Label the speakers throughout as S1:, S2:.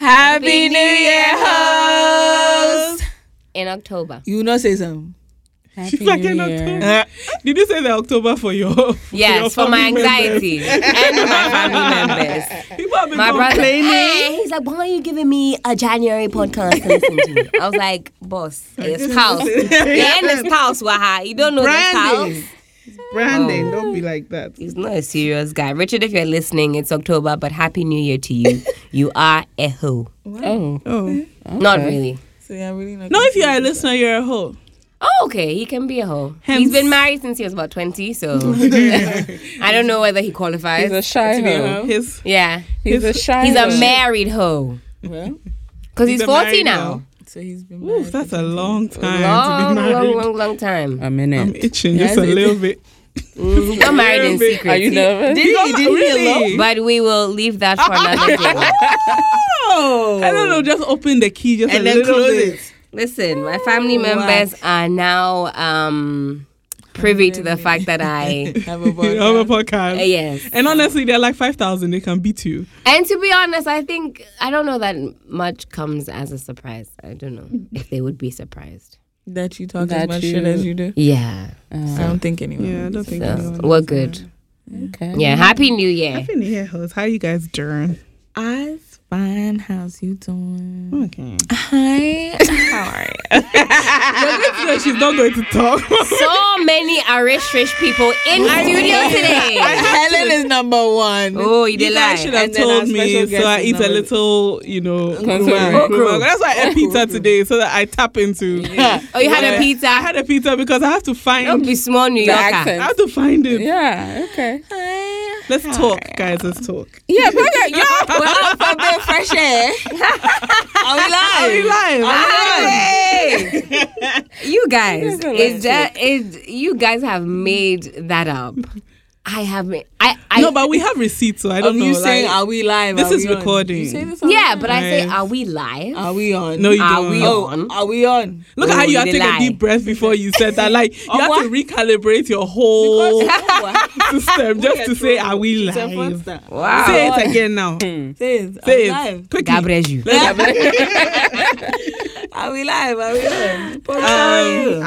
S1: Happy New Year, hoes.
S2: in October.
S1: You not say something. Happy
S3: Back in October. Did you say the October for your? For your
S2: Yes, for my
S3: family members?
S2: anxiety and my family members.
S3: People have been
S2: My brother,
S3: complaining.
S2: "Hey," he's like, why are you giving me a January podcast to listen to? I was like, boss, it's house. The end is house, Waha. You don't know this house.
S3: Brandon. Brandon,
S2: Oh.
S3: don't be like that.
S2: He's not a serious guy. Richard, if you're listening, it's October, but Happy New Year to you. You are a hoe. Oh,
S3: Oh.
S2: not really.
S1: So yeah, I'm really not.
S3: No, if you're a listener, you're a hoe.
S2: Oh, okay. He can be a hoe.
S3: Hence-
S2: He's been married since he was about 20, so I don't know whether he qualifies.
S1: He's a shy
S2: to be-
S1: hoe.
S3: His
S2: Yeah.
S1: He's a shy.
S2: He's a
S1: hoe.
S2: married hoe.
S1: Well,
S2: Because
S3: He's
S2: he's,
S3: a
S2: 40
S3: married
S2: now.
S1: so he's been.
S3: Ooh,
S1: married.
S3: that's a long time
S2: Long,
S3: to be married.
S2: long, long, long time. Mm-hmm.
S1: a
S3: I'm
S1: minute.
S3: itching
S1: Yeah,
S3: just a
S1: is it-
S3: little bit.
S2: He got married in
S3: Very big.
S2: secret.
S1: Are you nervous?
S3: He got ma- really?
S2: But we will leave that for another day.
S1: Oh.
S3: I don't know. Just open the key just
S1: And
S3: a
S1: then
S3: little
S1: close
S3: bit.
S1: it.
S2: Listen, my family members are now um, privy to the fact that I.
S1: Have a
S3: You have a
S1: podcast.
S2: Uh,
S3: podcast.
S2: yes.
S3: And honestly, they're like five thousand. They can beat you.
S2: And to be honest, I think I don't know that much comes as a surprise. I don't know if they would be surprised.
S1: That you talk as
S4: That
S1: much
S4: you-
S1: shit as you do.
S2: Yeah.
S1: I don't think anyone.
S3: Yeah, I don't think.
S2: So
S3: anyone
S2: we're
S3: is, uh,
S2: good.
S4: Okay.
S2: Yeah. Happy New Year.
S3: Happy New Year, hoes. How you guys doing?
S4: I'm fine. How's you doing?
S3: Okay.
S4: Hi. How are you?
S3: she's not going to talk.
S2: So many Irish rich people in studio today.
S4: Helen is number one.
S2: Oh, you did
S3: you guys should
S2: lie.
S3: have
S4: And then our
S3: told me
S4: special
S3: so
S4: guest
S3: I
S4: is
S3: eat a
S4: number-
S3: little, you know.
S4: Nkrumah.
S3: Nkrumah. That's why I had pizza today so that I tap into.
S2: Oh, you had
S3: Yeah.
S2: a pizza.
S3: I had a pizza because I have to
S2: Don't
S3: find.
S2: be small, New Yorker.
S4: accent.
S3: I have to find it.
S4: Yeah. Okay.
S3: Let's talk, guys. Let's talk.
S4: Yeah, brother. You're well for the fresh air.
S2: Are we
S3: Are we
S2: live?
S3: live?
S2: Hey! you guys,
S4: You're the
S2: is that is you guys have made that up? I have made. I, I
S3: no, but we have receipts, so I
S4: Of
S3: don't know.
S4: you
S3: like-
S4: saying, "Are we live?
S3: this
S4: Are
S3: is
S4: we on?"
S3: recording.
S4: You say this on-
S2: yeah, but I say,
S3: Guys.
S2: are we live?
S3: Uh,
S4: Are we on?
S3: no, you
S2: Are
S3: don't.
S2: we
S4: Oh,
S2: on?
S4: are we on?
S3: Look at how
S2: Oh,
S3: you had
S2: they
S3: to take
S2: lie.
S3: a deep breath before you said that. Like you have to
S4: what?
S3: recalibrate your whole system just to say, "Are we
S4: Say what's
S3: live?"
S4: that?
S2: wow.
S3: Say it again now.
S4: Mm. Say it. Are
S3: Say
S4: we
S3: it
S4: Oh. live?
S2: God
S3: quickly.
S2: bless you.
S4: Are we live? Are we live?
S3: Um,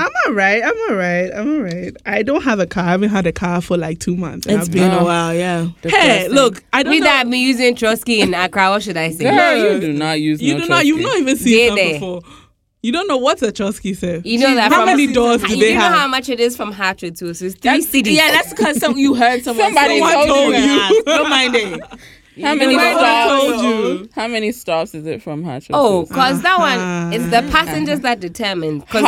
S3: I'm alright. I'm alright. I'm alright. I don't have a car. I haven't had a car for like two months. and I've been.
S4: a while. Yeah.
S3: Hey, look. I don't
S2: With
S3: know.
S2: that, me using Trotsky in Accra, what should I say?
S4: Girl, you do not use.
S3: you
S4: no
S3: do not. You've
S4: Trotsky.
S3: not even seen
S2: They
S3: them
S2: there.
S3: before. You don't know what a Chosky said.
S2: You know that
S3: How
S2: from-
S3: many doors do
S2: you
S3: they
S2: know
S3: have?
S2: how much it is from Hatred to so it's three cities.
S4: Yeah, that's because some you heard someone. Somebody say
S3: told
S4: something.
S3: you.
S4: Ask. Don't mind it. How many
S3: Someone
S4: stops?
S3: told you.
S4: How many stops is it from Hatchet?
S2: Oh, because that one is the
S3: Uh-huh.
S2: passengers that determine. 'Cause you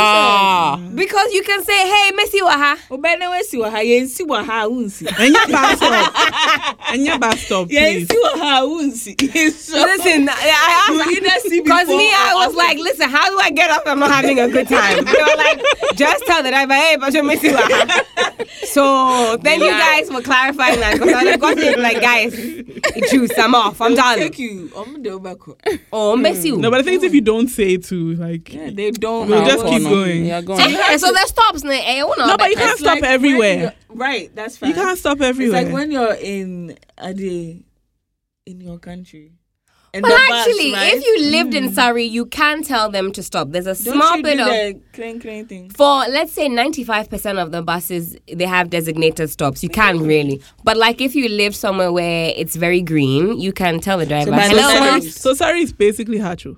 S2: said- Because you uh-huh. can say, hey, Messi Waha.
S4: Obene we si wa ha, ye si wa ha unsi.
S3: And your bus stop. And your bus stop,
S4: Ye
S3: please.
S4: si wa ha unsi. So
S2: Listen, I asked Because me, I was like, listen, how do I get off? I'm not having a good time. They were like, just tell the driver, hey, but you're missing one." So then you guys were clarifying that because I got it like, guys, juice, I'm off, I'm done.
S4: Thank you. I'm the obako.
S2: Oh, I'm missing.
S3: No, but I think if you don't say it too, like.
S4: They don't.
S3: We'll
S4: have
S3: just keep
S4: one.
S3: going.
S4: You're going.
S2: And so that stops. Eh, oh, No,
S3: No, but you can't
S4: It's
S3: stop
S4: like when
S3: everywhere.
S4: you're- Right. That's fine.
S3: You can't stop
S4: It's
S3: everywhere.
S4: like when you're in a day in your country. And
S2: Well,
S4: the bus,
S2: actually,
S4: right?
S2: if you lived in Surrey, you can tell them to stop. There's a
S4: Don't
S2: small
S4: you
S2: bit
S4: do
S2: of
S4: the clean clean thing.
S2: for let's say 95% of the buses they have designated stops you can really but like if you live somewhere where it's very green you can tell the driver
S4: by the
S2: hello
S4: time-
S2: ma'am."
S3: so sorry, it's basically Hacho.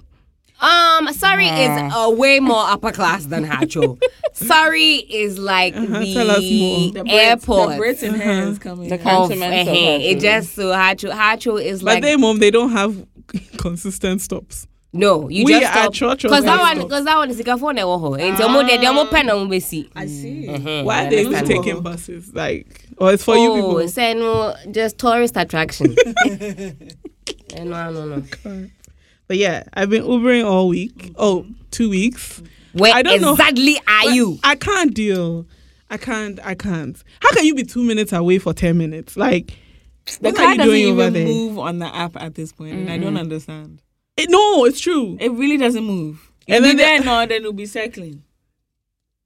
S2: um sorry is uh, way more upper class than hacho sorry is like the,
S3: Uh-huh, tell us more.
S4: The
S2: airport
S4: Brits, the Brits in hands coming.
S2: of,
S4: out.
S2: eh, it just so hacho hacho is
S3: But
S2: like
S3: they, mom, they don't have consistent stops.
S2: no you
S3: We
S2: just
S3: are
S2: stop
S3: church of
S2: that one
S3: stops.
S2: because that one is like a phone eh, and so they they almost pen on we see
S4: I see.
S3: Why are they
S4: understand.
S3: even taking buses? Like, or it's for you
S2: oh,
S3: people.
S2: say no, just tourist attraction. Eh, no, I don't know.
S3: But yeah, I've been Ubering all week. Oh, two weeks.
S2: Where
S3: I don't know-
S2: exactly are you?
S3: I can't deal. I can't. I can't. How can you be two minutes away for ten minutes? Like,
S4: The
S3: what
S4: car
S3: are you
S4: doesn't
S3: doing
S4: even
S3: over there?
S4: move on the app at this point, and I don't understand.
S3: It- no, it's true.
S4: It really doesn't move.
S3: And
S4: And then
S3: then
S4: there, no, then it'll be cycling.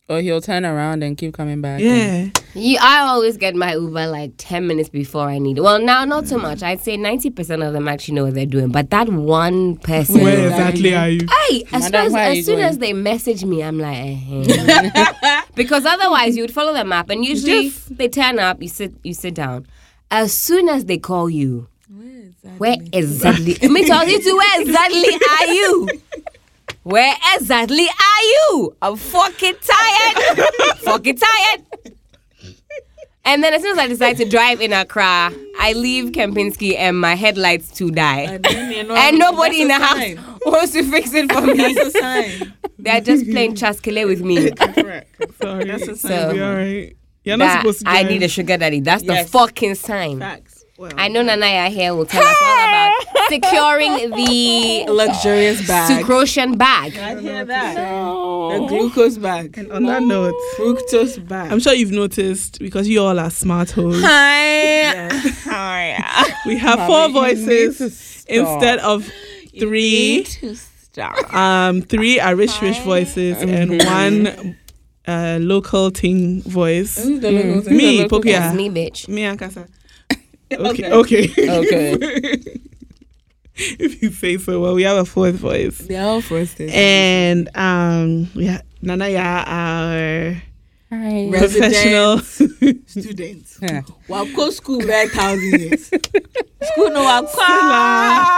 S5: Or he'll turn around and keep coming back. and-
S3: Yeah.
S2: You, I always get my Uber like 10 minutes before I need it. Well, now, not so much. I'd say 90% of them actually know what they're doing, but that one person.
S3: Where exactly are you?
S2: Hey, as,
S5: Madam,
S2: soon
S5: where are
S2: as,
S5: you
S2: as soon
S5: going?
S2: as they message me, I'm like, eh-heh. because otherwise you would follow the map, and usually they turn up, you sit, you sit down. As soon as they call you, where exactly? me telling you to where exactly are you? Where exactly are you? I'm fucking tired, fucking tired. And then as soon as I decide to drive in Accra, I leave Kempinski and my headlights to die and nobody in the house wants to fix it for me.
S4: That's a sign.
S2: They're just playing chaskele with me.
S3: Sorry. That's
S4: a
S2: sign.
S3: You're all right. You're not
S2: That
S3: supposed to.
S2: I
S3: drive.
S2: need a sugar daddy. That's
S4: Yes.
S2: the fucking sign.
S4: Facts. Well,
S2: I know Nanaya here will tell us all about securing the
S4: luxurious bag.
S2: sucrosian bag.
S4: I hear that. The glucose bag,
S3: On that note,
S4: fructose bag.
S3: I'm sure you've noticed because you all are smart hoes. We have four voices instead of three. Um, three are rich, rich voices and one uh, local ting voice. Mm. Me,
S2: It's
S3: Pokia.
S2: me, bitch.
S3: Me, Ankasa. Okay, okay.
S5: Okay.
S3: if you say so. Well, we have a fourth voice,
S4: They're all voices.
S3: and um, we ha- Nanaya, our
S5: Hi.
S3: professional.
S4: students.
S5: Yeah.
S4: Wow, co school back thousand years. School no wow,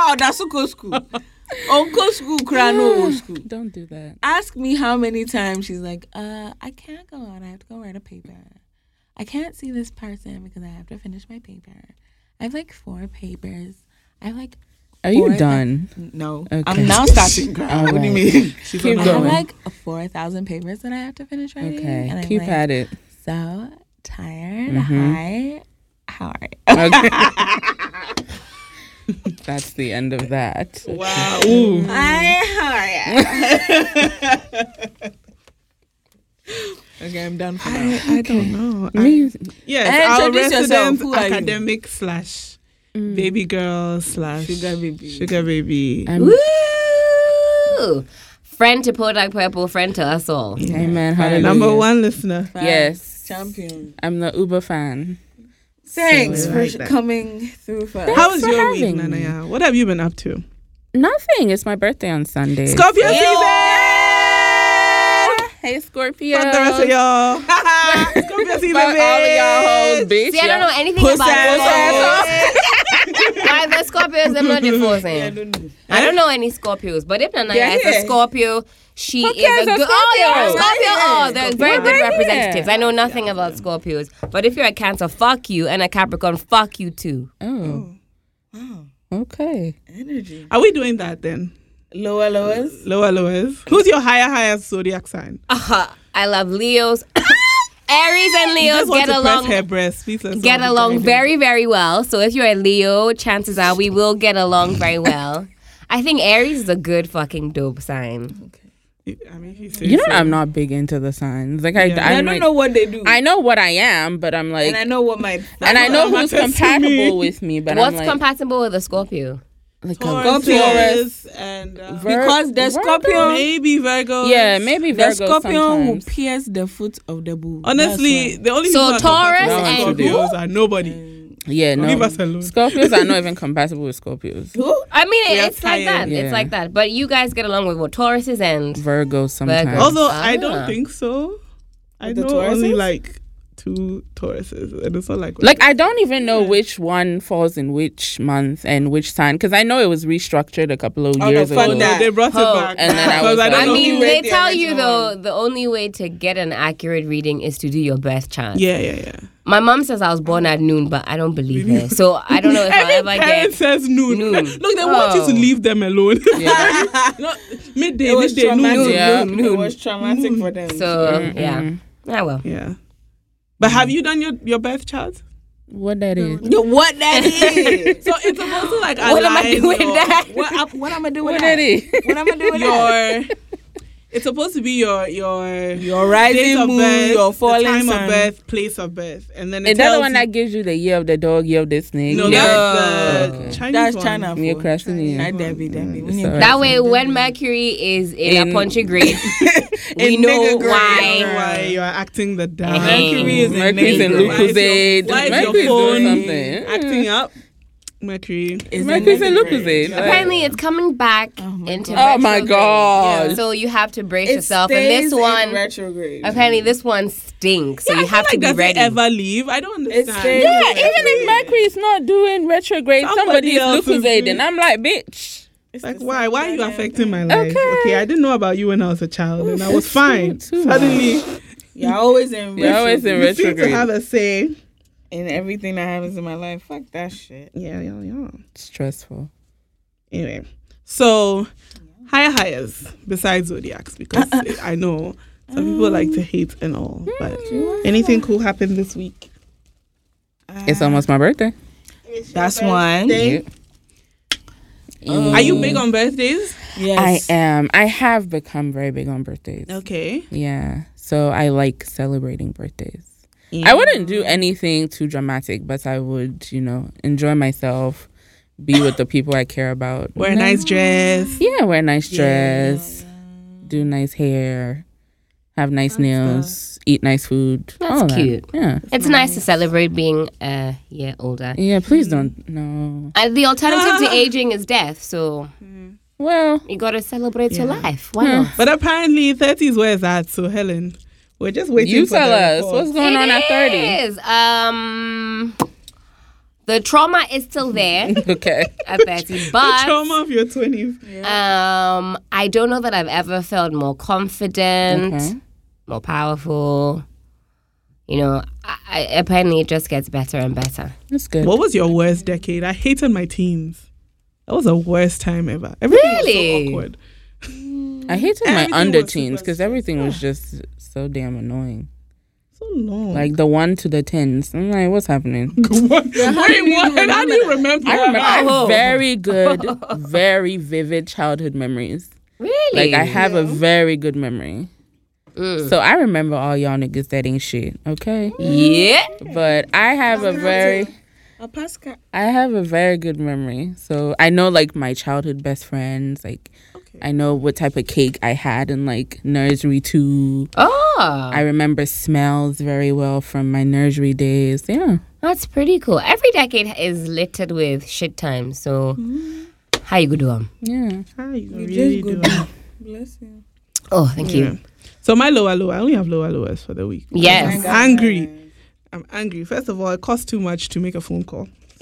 S4: wow, that's so co school. Uncle school, cry no wo school.
S5: Don't do that.
S4: Ask me how many times she's like, uh, I can't go out. I have to go write a paper. I can't see this person because I have to finish my paper. I have like four papers. I have like
S5: Are you
S4: Four.
S5: done?
S4: no.
S5: Okay.
S4: I'm now starting. Cry.
S5: All
S4: What do you
S5: right.
S4: mean?
S5: Keep
S4: I have
S5: going.
S4: like four thousand papers that I have to finish writing. and
S5: Okay.
S4: I'm
S5: Keep
S4: like,
S5: at it.
S4: so tired.
S3: Mm-hmm.
S4: Hi. How are you?
S5: Okay. That's the end of that.
S3: wow. Ooh.
S4: Hi, how are you? okay, I'm done for now.
S3: I don't know.
S5: Me,
S3: Yes, our
S4: eh, Introduce yourself.
S3: resident
S4: Who are you? Mm.
S3: academic slash baby girl slash
S4: Sugar baby.
S3: sugar baby.
S5: I'm,
S2: Woo! Friend to Product Purple, friend to us all.
S5: amen. Hallelujah.
S3: Number one listener.
S5: Yes.
S4: Champion.
S5: I'm the Uber fan.
S4: Thanks
S3: So we
S4: for
S3: like
S4: sh
S3: that.
S4: coming through for us.
S3: How was
S5: for
S3: your week,
S5: having me.
S3: Nanaya? What have you been up to?
S5: Nothing. It's my birthday on Sunday.
S3: Scorpio season
S5: Hey, Scorpio.
S3: for the rest of y'all. Scorpio season,
S5: Fuck all of y'all hoes,
S3: bitch.
S5: bitch.
S2: See, I don't know anything about Why the Scorpios? I'm not divorcing. I don't know any Scorpios, but if Nana
S4: They're
S2: is
S4: here.
S2: a Scorpio, she
S5: cares?
S2: is a
S5: They're
S2: good. Oh, yeah,
S5: Scorpios.
S2: Scorpio. Oh, they're very good
S5: They're here.
S2: representatives. I know nothing about Scorpios, but if you're a Cancer, fuck you, and a Capricorn, fuck you too.
S5: Oh.
S4: Wow.
S5: Okay.
S4: Energy.
S3: Are we doing that then?
S4: Lower lowers.
S3: Lower lowers. Who's your higher higher zodiac sign?
S2: Uh-huh. I love Leos. Aries and
S3: You
S2: Leos
S3: just want
S2: get
S3: to press
S2: along.
S3: her breast. Please let's
S2: Get
S3: all be
S2: along
S3: guided.
S2: very, very well. So if you're a Leo, chances are we will get along very well. I think Aries is a good fucking dope sign.
S3: I mean, he says
S5: You know,
S3: so.
S5: I'm not big into the signs. Like, I,
S3: Yeah.
S5: I'm
S4: I don't
S5: like-
S4: know what they do.
S5: I know what I am, but I'm like,
S4: and I know what my.
S5: and I know
S3: what
S5: who's
S3: matters to me.
S5: compatible with me, but
S2: What's
S5: I'm like,
S2: compatible with a Scorpio?
S5: like a-
S3: Taurus and uh,
S5: Vir-
S4: Because the
S5: Virgo?
S4: Scorpio-
S3: maybe Virgo.
S5: Yeah, maybe
S4: the
S5: Virgo
S4: scorpion will
S5: sometimes.
S4: pierce the foot of the bull.
S3: Honestly, the only
S2: So
S3: people who are
S2: Taurus
S3: compatible
S5: and
S3: with
S5: who?
S3: Scorpios are nobody.
S5: Yeah, no.
S3: Leave us alone.
S5: Scorpios are not even compatible with Scorpios.
S4: Who?
S2: I mean,
S3: We are
S2: it's like that.
S3: tired.
S5: Yeah.
S2: It's like that. But you guys get along with what Tauruses and
S5: Virgo sometimes.
S3: Although I
S2: Ah.
S3: don't think so. I
S4: With the
S3: know only
S4: Tauruses?
S3: like two Tauruses, and it's not like
S5: Like I don't even know which one falls in which month and which sign because I know it was restructured a couple of
S4: Oh, no,
S5: years
S4: fuck
S5: ago.
S3: no,
S4: that.
S3: they brought
S2: Oh,
S3: it back
S5: and then I
S3: because
S5: was
S3: I,
S5: like-
S3: don't
S2: I
S3: know.
S2: mean,
S4: who
S2: they
S4: read the
S2: tell you
S4: original
S2: though the only way to get an accurate reading is to do your best chance.
S3: yeah, yeah, yeah.
S2: My mom says I was born at noon, but I don't believe her, so I don't know if I'll ever
S3: Every parent
S2: get.
S3: says noon.
S2: Noon.
S3: Look, they want you
S2: Oh.
S3: to leave them alone. No, midday,
S4: It was
S3: midday, noon.
S4: traumatic.
S5: Yeah.
S4: It was traumatic for them.
S2: So yeah, Ah, I will.
S3: Yeah. But have you done your, your birth chart?
S5: What that is?
S4: Yo, what that is?
S3: So it's supposed to like
S2: What am I
S3: align
S2: doing
S3: your,
S2: that?
S4: what, I, what am I doing?
S5: What
S4: with
S5: that
S4: that?
S5: is?
S4: What am I doing? with that?
S3: your It's supposed to be your your
S2: Your rising
S3: date of
S2: moon,
S3: birth,
S2: your
S3: the
S2: falling
S3: time
S2: sun.
S3: of birth, place of birth, and then it
S5: Is that the
S3: tells
S5: one
S3: you-
S5: that gives you the year of the dog, year of the snake?
S3: no,
S5: year of-
S3: that's the
S5: Okay.
S3: Chinese
S4: That's
S3: one.
S4: China.
S5: Near
S4: food.
S5: crashing in.
S4: Not Debbie, Debbie.
S3: Mm,
S4: We need
S5: sorry.
S4: that
S2: That way, when Mercury is in,
S5: In-
S2: a punchy grade,
S3: A
S2: we
S3: nigger
S2: know
S3: girl.
S2: why.
S3: Why you are acting the damn.
S2: Mercury is in
S5: Mercury's in
S2: Libra.
S5: Lucas Aid.
S3: Why is your,
S5: Mercury's
S3: phone
S5: doing something.
S3: acting up? Mercury.
S4: is
S5: Mercury's in
S4: another
S5: Lucas
S4: grade.
S5: Aid.
S2: Apparently, it's coming back into
S5: Oh my
S2: retrograde.
S5: God.
S2: So you have to brace
S4: It
S2: yourself. And
S4: stays
S2: this one,
S4: in retrograde.
S2: apparently, this one stinks. So
S3: I
S2: you
S3: feel
S2: have to
S3: like
S2: be
S3: does
S2: ready.
S3: it ever leave? I don't
S4: It
S3: understand.
S4: stays
S5: Yeah, even if Mercury's not doing retrograde,
S3: Somebody
S5: somebody,
S3: else
S5: is
S3: is
S5: Lucas Aid.
S3: doing-
S5: And I'm like, bitch.
S4: It's
S3: Like
S4: the
S3: why? Why are you
S4: same
S3: affecting my life? Okay.
S5: Okay.
S3: I didn't know about you when I was a child, and I was
S5: it's
S3: fine.
S5: too- too
S3: Suddenly,
S4: goddamn- You're always in.
S5: You're always in
S4: retrograde
S3: you seem to have
S5: retrograde.
S3: a say.
S4: in everything that happens in my life. Fuck that shit.
S3: Yeah, yeah, yeah.
S5: Stressful.
S3: Anyway, so higher highs besides zodiacs because
S5: Uh-uh.
S3: I know some people like to hate and all, but
S5: Mm.
S3: anything cool happened this week?
S5: It's
S3: Ah.
S5: almost my birthday.
S4: That's one.
S5: Yeah.
S3: Are you big on birthdays?
S5: I
S4: Yes.
S5: am. I have become very big on birthdays.
S3: Okay.
S5: Yeah. So I like celebrating birthdays. I wouldn't
S3: Mm.
S5: do anything too dramatic, but I would, you know, enjoy myself, be with the people I care about.
S3: Wear a
S5: No.
S3: nice dress.
S5: Yeah, wear a nice dress, do nice hair, have nice nails, eat nice food.
S2: That's
S5: all that.
S2: cute.
S5: Yeah.
S2: It's nice to celebrate being a year older.
S5: Yeah, please don't. No.
S2: And the alternative to aging is death, so
S5: Well,
S2: you gotta celebrate your life. Why not?
S3: But apparently, 30s where is that? So, Helen, we're just waiting
S5: you
S3: for
S5: tell
S3: the
S5: us
S3: report.
S5: what's going on at 30.
S2: Yes. Um, the trauma is still there
S5: Okay.
S2: at 30,
S3: the
S2: but
S3: trauma of your 20s.
S2: um, I don't know that I've ever felt more confident,
S5: Okay.
S2: more powerful. You know, I, I, apparently it just gets better and better.
S5: That's good.
S3: What was your worst decade? I hated my teens. That was the worst time ever. Everything was
S2: Really?
S3: so awkward.
S5: I hated my
S3: Everything was
S5: underteens
S3: super
S5: because everything was just so damn annoying.
S3: So long.
S5: Like the one to the tens. I'm like, what's happening?
S3: what? Wait, what? How do you remember?
S5: I remember I
S2: Oh.
S5: have very good, very vivid childhood memories.
S2: Really?
S5: Like I have a very good memory.
S2: Mm.
S5: So I remember all y'all niggas that ain't shit, okay?
S2: yeah.
S5: But I have a very
S4: A Pascal.
S5: I have a very good memory. So I know like my childhood best friends, like I know what type of cake I had in like nursery too.
S2: Oh,
S5: I remember smells very well from my nursery days. Yeah.
S2: that's pretty cool. Every decade is littered with shit times. So, how you go do um? 'em?
S5: Yeah.
S3: Hi, you really
S4: just
S3: do.
S4: Bless you.
S2: Oh, thank
S3: Yeah.
S2: you.
S3: So my lower low, I only have lower lowers for the week.
S2: Yes.
S3: I'm angry. I'm angry. First of all, it costs too much to make a phone call.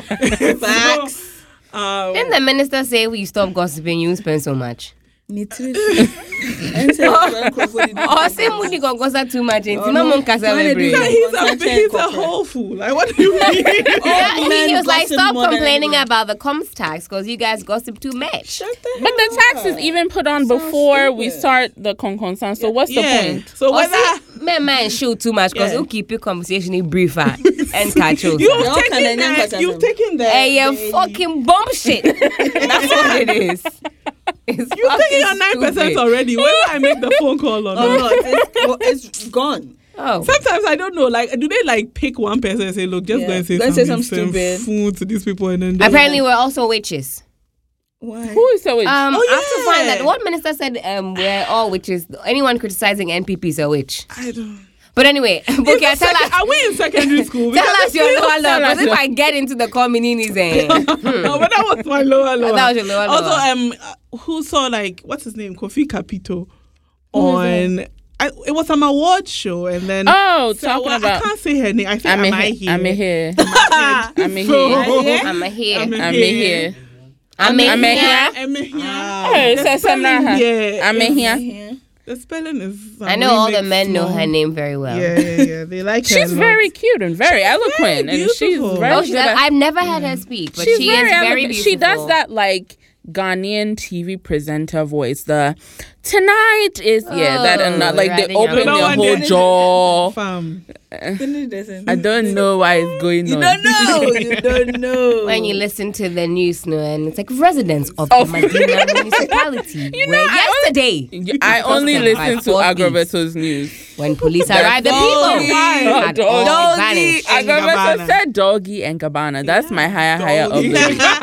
S4: Facts.
S3: Um,
S2: Didn't the minister say we stop gossiping? You spend so much.
S4: Me too. And so-
S2: Oh, say Moody got gossip too much. It's no one can celebrate.
S3: so he's a
S4: Contact
S3: he's a
S4: corporate.
S3: whole fool. Like what do you mean?
S2: Yeah,
S4: men
S2: he was like,
S4: gossip
S2: stop
S4: more than
S2: complaining
S4: anyone."
S2: about the comms tax because you guys gossip too much.
S5: But the tax is even put on before we start the con con sound. So what's the
S3: yeah.
S5: point?
S3: So
S2: Or
S3: whether
S2: say, men man show too much because
S3: Yeah.
S2: you keep your conversation briefer and catchos.
S3: you've
S4: Y'all can
S3: taken
S4: then
S3: that,
S4: contact
S3: you've
S4: them.
S3: taken that.
S2: Hey, you fucking bomb shit. That's what it is. It's
S3: You've taken your
S2: fucking
S3: nine percent
S2: stupid.
S3: already. Whether I make the phone call or
S4: Oh
S3: not.
S4: no, it's, it's gone.
S2: Oh,
S3: Sometimes I don't know. Like, do they like pick one person and say, "Look, just
S4: Yeah.
S3: go and say
S4: Go and say
S3: something,
S4: something stupid.
S3: food to these people," and then they-
S2: apparently we're also witches.
S4: Why?
S5: Who is so it?
S2: Um,
S3: Oh,
S2: I have to find
S3: yeah.
S2: that what minister said um, we're all witches. Anyone criticizing NPP is a witch.
S3: I don't.
S2: But anyway, Bukia,
S3: Is it
S2: tell
S3: sec-
S2: us.
S3: Are we in secondary school?
S2: Tell us your lower
S5: Tell
S2: love,
S5: us
S2: because if
S5: your-
S2: I get into the communities, eh?
S5: Hmm.
S3: no, Oh, but that was my lower lower.
S2: That was your lower
S3: Also,
S2: lower.
S3: um, uh, who saw like what's his name, Kofi Capito, on? I, it was some award show, and then
S5: Oh,
S3: so
S5: talking
S3: I,
S5: about-
S3: I can't say her name. I think
S5: I'm
S3: am
S5: in
S3: I
S5: here.
S3: here?
S5: I'm in here. I'm in
S3: So-
S5: here.
S2: I'm a here.
S3: I'm a
S5: I'm in here.
S2: I'm a
S5: I'm in here.
S3: I'm in here.
S5: Hey,
S3: The
S5: say something
S3: spelling,
S5: like her.
S3: yeah,
S5: I'm in here.
S4: Here.
S3: The spelling is. some
S2: I know all the
S3: remix
S2: men know her
S3: song.
S2: name very well.
S3: Yeah, yeah, yeah. They like her.
S5: She's
S3: a lot.
S5: very cute and very eloquent, and she's
S3: beautiful.
S5: very.
S2: Oh, she does- I've never heard her speak, but
S5: she's
S2: she is very
S5: eloquent.
S2: beautiful.
S5: She does that like Ghanaian TV presenter voice. The tonight is yeah that and that like they
S2: right, yeah.
S5: open
S3: No
S5: their
S3: one
S5: whole
S3: did it.
S5: jaw.
S3: Fam.
S4: Finish this and-
S5: I don't know why it's going
S4: You
S5: on.
S4: don't know. You don't know.
S2: When you listen to the news, no, and it's like residents of the Medina municipality where yesterday
S5: Y- I only
S2: Custom
S5: listen
S2: has
S5: to
S2: four
S5: Agroberto's news.
S2: when police arrived, the people had
S5: doggy.
S2: all
S5: Doggy.
S2: vanished.
S3: And
S5: Agroberto
S3: Gabbana.
S5: said doggy and Gabbana. That's my higher, higher
S3: Doggy.
S5: obligation.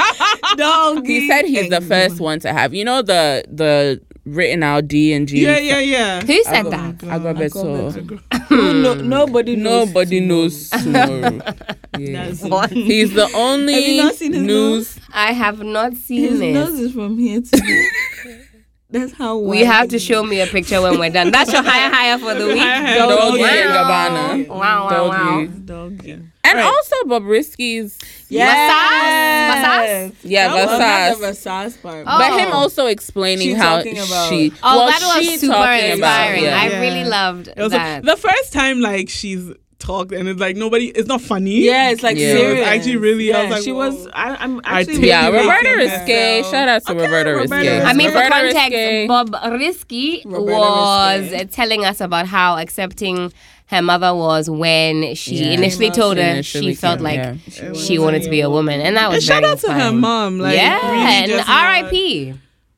S3: Doggy.
S5: He said he's the
S3: and-
S5: first one to have. You know the the written out D and G.
S3: Yeah, yeah, yeah.
S2: Who said that?
S5: Agroberto.
S4: Who know- nobody knows.
S5: Nobody knows tomorrow. Yeah.
S3: That's
S2: What?
S5: He's the only
S4: not seen his
S5: news.
S2: I have not
S4: His
S2: seen
S4: nose
S2: it.
S4: is from here to there. That's how
S2: We have to show me a picture when we're done. That's your higher higher for the week.
S3: Higher, higher
S5: Doggy
S3: obligation.
S5: and Gabbana.
S2: Wow, wow, wow.
S5: Doggy.
S3: Doggy.
S5: And also Bob Risky's.
S4: Yes.
S5: Yeah,
S4: That was
S5: Versace.
S4: not the Versace part.
S2: Oh.
S5: But him also explaining
S4: She
S5: how
S4: talking about-
S5: she.
S2: Oh,
S5: well,
S2: that
S5: she
S2: was super
S5: talking
S2: inspiring.
S5: about- yeah.
S2: I
S3: Yeah.
S2: really loved
S3: It was
S2: that.
S3: the first time like she's talked and it's like nobody. It's not funny.
S4: Yeah, it's like
S5: Yeah.
S4: serious.
S3: It was actually really- I
S4: Yeah,
S3: was like,
S4: she
S3: whoa.
S4: was. I, I'm actually.
S3: Artistic.
S4: really
S5: Yeah,
S3: Really
S5: Roberta
S3: making
S5: Risque.
S4: herself-
S5: Shout out to
S3: Okay,
S5: Roberta
S3: Roberta
S5: Risque.
S3: Risque.
S2: I mean, for
S5: Roberta
S2: context,
S5: Risque-
S2: Bob Risky
S4: Roberta
S2: was
S4: Risky.
S2: telling us about how accepting her mother was when she
S5: Yeah.
S2: initially told
S5: She
S2: her
S5: initially
S2: she felt
S5: came,
S2: like
S5: yeah.
S2: she wanted to be a woman, and that
S3: And
S2: was
S3: shout
S2: very
S3: out to her
S2: inspiring.
S3: mom. Like,
S2: yeah,
S3: really just not-
S2: and R.I.P.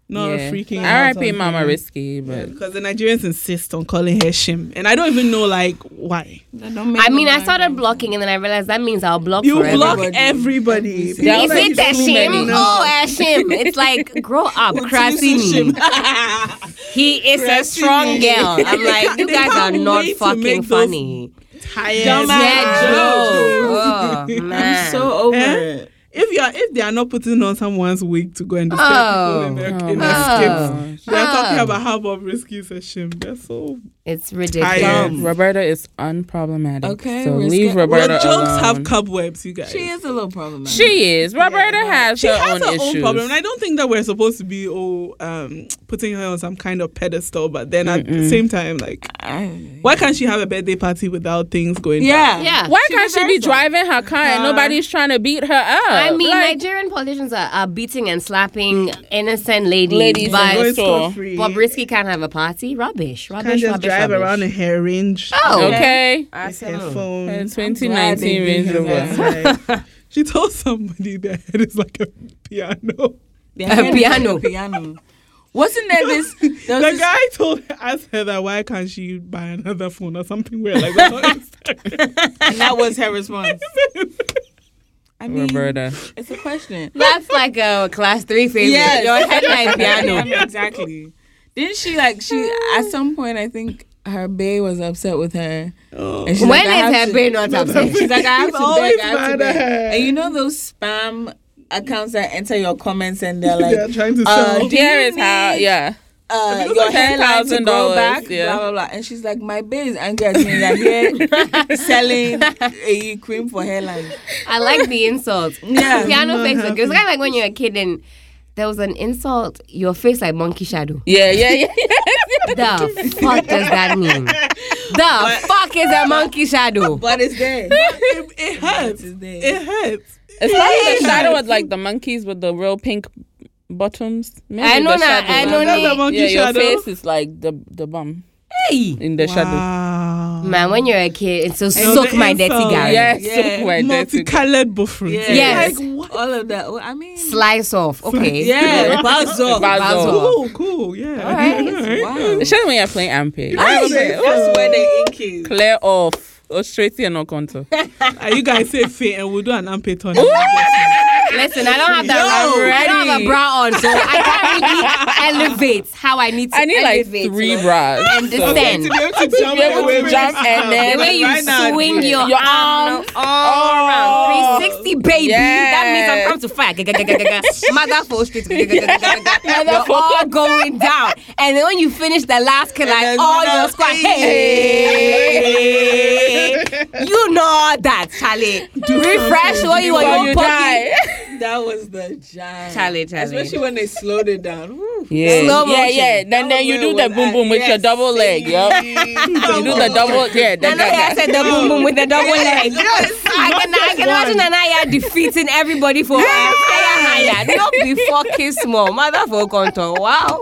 S3: Not
S5: Yeah.
S3: a freaking.
S5: R.I.P.
S3: out on
S5: Mama
S3: her.
S5: Risky, but
S3: Because the Nigerians insist on calling her Shim, and I don't even know like why.
S4: That don't make
S2: I mean,
S4: no
S2: I started
S4: matter.
S2: blocking, and then I realized that means I'll block
S3: You
S2: forever.
S3: block
S4: everybody.
S3: everybody.
S4: Is
S5: Yeah, I
S2: Is
S5: was like,
S2: it
S5: you don't
S2: a
S5: mean
S2: shame?
S5: any-
S2: Oh, a shame. It's like, grow up, Krasini. He is a strong girl. I'm like, you
S3: They
S2: guys are
S3: can't
S2: not
S3: wait to
S2: fucking
S3: make those
S2: funny.
S3: Tired.
S4: Dumbass
S2: Yeah, Joe. Oh,
S4: I'm
S2: man.
S4: so over
S3: Eh?
S4: it.
S3: If you are, if they are not putting on someone's wig to go and disturb
S2: Oh.
S3: people in their,
S5: Oh
S3: in their
S2: my
S3: skips,
S5: gosh.
S3: they are talking
S2: Oh.
S3: about how Bob Risky is a shame. They're so
S2: It's
S3: Tired.
S2: ridiculous.
S3: Dumb.
S5: Roberta is unproblematic.
S4: Okay,
S5: so
S4: we're
S5: leave
S4: sca-
S3: your
S5: Roberta
S3: jokes
S5: alone.
S3: have cobwebs, you guys.
S4: She is a little problematic.
S5: She is. Roberta has
S3: She
S5: her
S3: has
S5: own
S3: her
S5: issues.
S3: own problem. And I don't think that we're supposed to be oh um putting her on some kind of pedestal, but then at the same time, like
S4: I-
S3: why can't she have a birthday party without things going
S4: Yeah.
S2: Yeah.
S5: Why
S4: She
S5: can't she be
S4: deserves it.
S5: driving her car and
S3: Car.
S5: nobody's trying to beat her up?
S2: I mean,
S5: Like,
S2: Nigerian politicians are, are beating and slapping innocent ladies,
S5: Ladies
S3: down? Going
S2: but
S5: and so-
S3: scot-free.
S2: Bob Risky can't have a party. Rubbish, rubbish,
S3: can't just
S2: rubbish,
S3: drive
S2: rubbish.
S3: around in her range.
S2: Oh.
S5: okay.
S4: I
S3: with
S4: said,
S3: her
S4: oh.
S3: phone.
S5: And
S4: glad they
S5: 2019
S4: did
S5: Range
S4: her
S5: Rover.
S3: That's right. she told somebody their head is like a piano.
S4: Their head is like
S2: piano.
S4: a piano. Wasn't there this? There was
S3: the
S4: this
S3: guy told her, asked her that why can't she buy another phone or something weird like that.
S4: and that was her response. I mean,
S5: Roberta.
S4: it's a question.
S2: That's like a class three favorite.
S4: Yes.
S2: Your headline
S4: Yeah,
S2: piano.
S4: exactly. Didn't she like she at some point? I think her bae was upset with her. And she's
S2: When
S4: like, I
S2: is her
S4: have to-
S2: bae not upset?
S4: She's like, I have
S3: She's
S4: to
S3: always
S4: beg, I have to
S3: mad at
S4: beg.
S3: her.
S4: And you know those spam accounts that enter your comments and they're like,
S3: They're trying to
S4: uh,
S3: sell.
S4: do
S5: Here
S4: you
S5: is how,
S4: need-
S5: yeah.
S4: uh,
S3: was
S4: your
S3: like
S4: hairline to grow
S5: $10,000,
S4: back,
S5: yeah.
S4: blah blah blah. And she's like, my bae is angry at me that here selling a cream for hairline.
S2: I like the insults.
S4: Yeah.
S2: piano face look. It's kind of like when you're a kid and there was an insult. Your face like monkey shadow.
S5: Yeah, yeah, yeah. yeah.
S2: The fuck does that mean? The fuck is a monkey shadow?
S4: But it's there.
S3: It, it hurts.
S4: It's there.
S3: It hurts.
S5: it's like the shadow with like the monkeys with the real pink bottoms. Maybe
S2: I know
S5: the
S2: na-
S5: shadow.
S2: I know
S3: That's
S2: na-
S3: a monkey
S5: Yeah, your
S3: shadow.
S5: face is like the the bum
S2: Hey.
S5: in the shadow.
S3: Wow.
S2: Man, when you're a kid, it's so
S3: And
S2: soak
S3: the
S2: my dirty
S3: insult.
S2: guy.
S5: Yes,
S4: Yeah.
S5: so quite dirty.
S3: Multicolored buffering.
S4: Yeah.
S2: Yes.
S4: Like, what? All of that. Well, I mean,
S2: Slice off. Okay.
S4: yeah, buzz off.
S5: Buzz
S2: Buzz
S5: off.
S2: off.
S3: Cool, cool. Yeah.
S2: Alright.
S3: Yeah, alright.
S4: Wow.
S5: Especially when you're playing Ampere.
S3: Aye.
S4: That's where the ink is.
S5: Clear off. Or straight here, no contour.
S3: Uh, you guys say fit and we'll do an armpit on
S2: Listen, I don't have that.
S5: Yo,
S2: I don't have
S5: ready.
S2: a bra on, so I can't really elevate how I need to
S5: I need like
S2: elevate.
S5: three bras.
S2: And descend.
S3: to
S5: To be able to jump and then
S2: The way you
S5: Right now,
S2: swing
S5: yeah.
S2: your,
S5: Your
S2: arm
S5: arm.
S2: all
S3: Oh.
S2: around 360, baby. That means I'm come to fire. Mother full street. You're all going down. and then when you finish the last collide, all your squad, hey, you know that, Charlie. Refresh what you were
S5: Before
S2: your
S5: you
S2: pocket.
S5: die.
S4: That was the jam.
S2: Charlie, Charlie.
S4: Especially when they slowed it down. Woo.
S5: Yeah,
S2: Slow
S5: yeah,
S2: motion.
S5: yeah. Then then you do the boom boom with your double leg. Yep. You do the double. Yeah, the
S2: I know I said the boom boom with the double leg. I can, I can imagine Anaya defeating everybody for a higher higher. Not before kiss more. Mother for contour. Wow.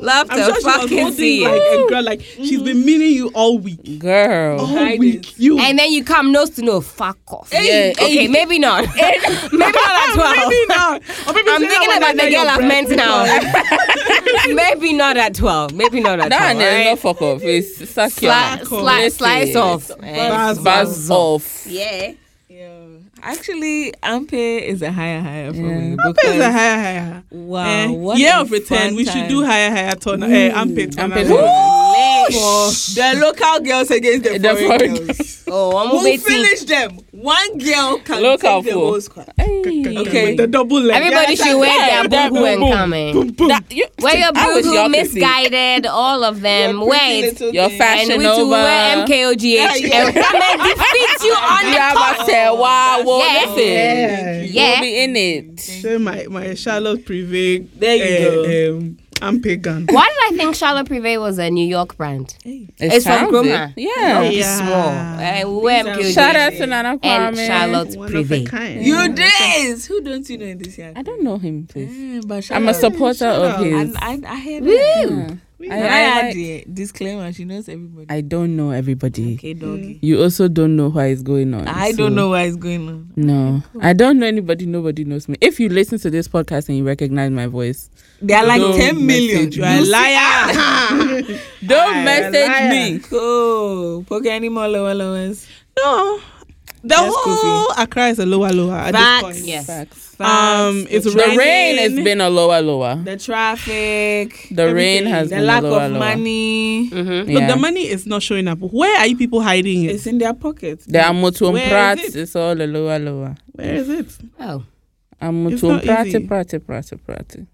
S2: Love
S3: I'm
S2: to
S3: sure she was
S2: fucking see
S3: holding
S2: it. Mm.
S3: like a girl like she's been meaning you all week.
S5: girl.
S3: All week. You
S2: And then you come nose to nose. Fuck off.
S5: Yeah,
S2: okay,
S5: hey.
S2: maybe not. maybe not at 12.
S3: Maybe not. Or maybe
S2: I'm
S3: say that
S2: thinking
S3: when I
S2: about the
S3: know your
S2: girl I've
S3: breath
S2: met
S3: is
S2: now.
S3: on.
S2: maybe not at 12. Maybe not at 12.
S5: That and there's no
S2: alright?
S5: fuck off. It's suck
S2: Sli-
S5: your-
S2: sli-
S5: Listen.
S2: slice off.
S3: Buzz
S2: Yes.
S5: Buzz off.
S2: Yeah.
S4: Yeah. Actually, Ampe is a higher higher for
S5: Yeah.
S4: me.
S3: Ampe is a
S4: because-
S3: higher, higher.
S2: Ah,
S4: Wow.
S3: Eh,
S4: what
S3: year
S4: a
S3: of return.
S4: fun
S3: We should
S4: time.
S3: do higher, higher turn. Eh, armpit turn.
S5: Armpit
S3: around.
S5: turn.
S4: For the local girls against the,
S5: The
S4: foreign,
S5: foreign
S4: girls.
S2: Oh, I'm
S4: Who
S2: waiting.
S4: finish them? One girl can
S5: Local
S4: take the
S5: fool.
S4: whole squad.
S3: Okay.
S4: Okay.
S3: With the double leg.
S2: Everybody
S3: Yeah,
S2: should
S5: yeah,
S2: wear their
S5: that
S2: boo when
S5: boo-boo.
S2: coming.
S3: boom.
S5: That- you-
S2: Wear your
S5: I
S2: boo
S5: was your pussy.
S2: misguided, all of them.
S4: Your pretty
S2: Wait.
S4: little
S5: Your
S4: thing.
S5: fashion
S2: And we to
S5: over.
S2: wear MKOGH
S4: Yeah, yeah.
S2: and women defeat you on the
S5: Yeah,
S2: court.
S5: but say, wow, well,
S2: Yeah.
S5: listen.
S3: Yeah.
S5: We'll
S2: Yeah.
S5: be in it.
S3: Say my, my Charlotte Privé.
S4: There you
S3: eh, Um, armpit gun.
S2: Why did I think Charlotte Privé was a New York brand? It's from
S5: sounds
S2: Groma.
S5: it. Yeah.
S3: Yeah.
S2: Small. And Eh, we wear MKOGH
S5: Shout out to Nana
S2: and
S5: Kwame.
S2: Charlotte
S3: One of a
S2: Privé.
S3: kind.
S4: You days. Who don't you know in this year?
S5: I don't know him, please.
S4: Mm, but shout
S5: I'm a
S4: out.
S5: supporter of
S3: up.
S5: his.
S4: I, I, I heard
S2: Woo!
S4: that. Mm.
S5: I,
S4: I,
S5: I,
S4: had
S5: like-
S4: the disclaimer. She knows everybody.
S5: I don't know everybody.
S4: okay, doggy.
S5: You also don't know what is going on.
S4: I
S5: so-
S4: don't know what is going on.
S5: No, I don't know anybody. Nobody knows me. If you listen to this podcast and you recognize my voice,
S4: They are like
S5: Don't
S4: 10 million.
S5: message
S3: You are a
S4: ah!
S3: liar.
S5: don't
S3: I- liar.
S5: message me.
S4: Cool. Oh, Poke any more lower lowers.
S3: no. The
S4: Yes,
S3: whole Accra is a lower, lower at
S4: Facts.
S3: this point.
S2: Yes.
S5: Facts.
S3: Um, it's
S5: The rain, has
S3: raining.
S5: been a lower, lower.
S4: The traffic,
S5: The rain has
S4: the
S5: been
S4: lack
S5: a lower,
S4: of
S5: lower.
S4: money.
S2: Mm-hmm.
S3: Look,
S5: Yeah.
S3: the money is not showing up. Where are you people hiding it?
S4: It's in their pockets.
S5: The Amutum
S3: Where is
S5: Prat
S3: it?
S5: is all a lower, lower.
S3: Where is it?
S2: Oh.
S5: Amutum
S3: not easy.
S5: Prati, Prati, Prati, Prati.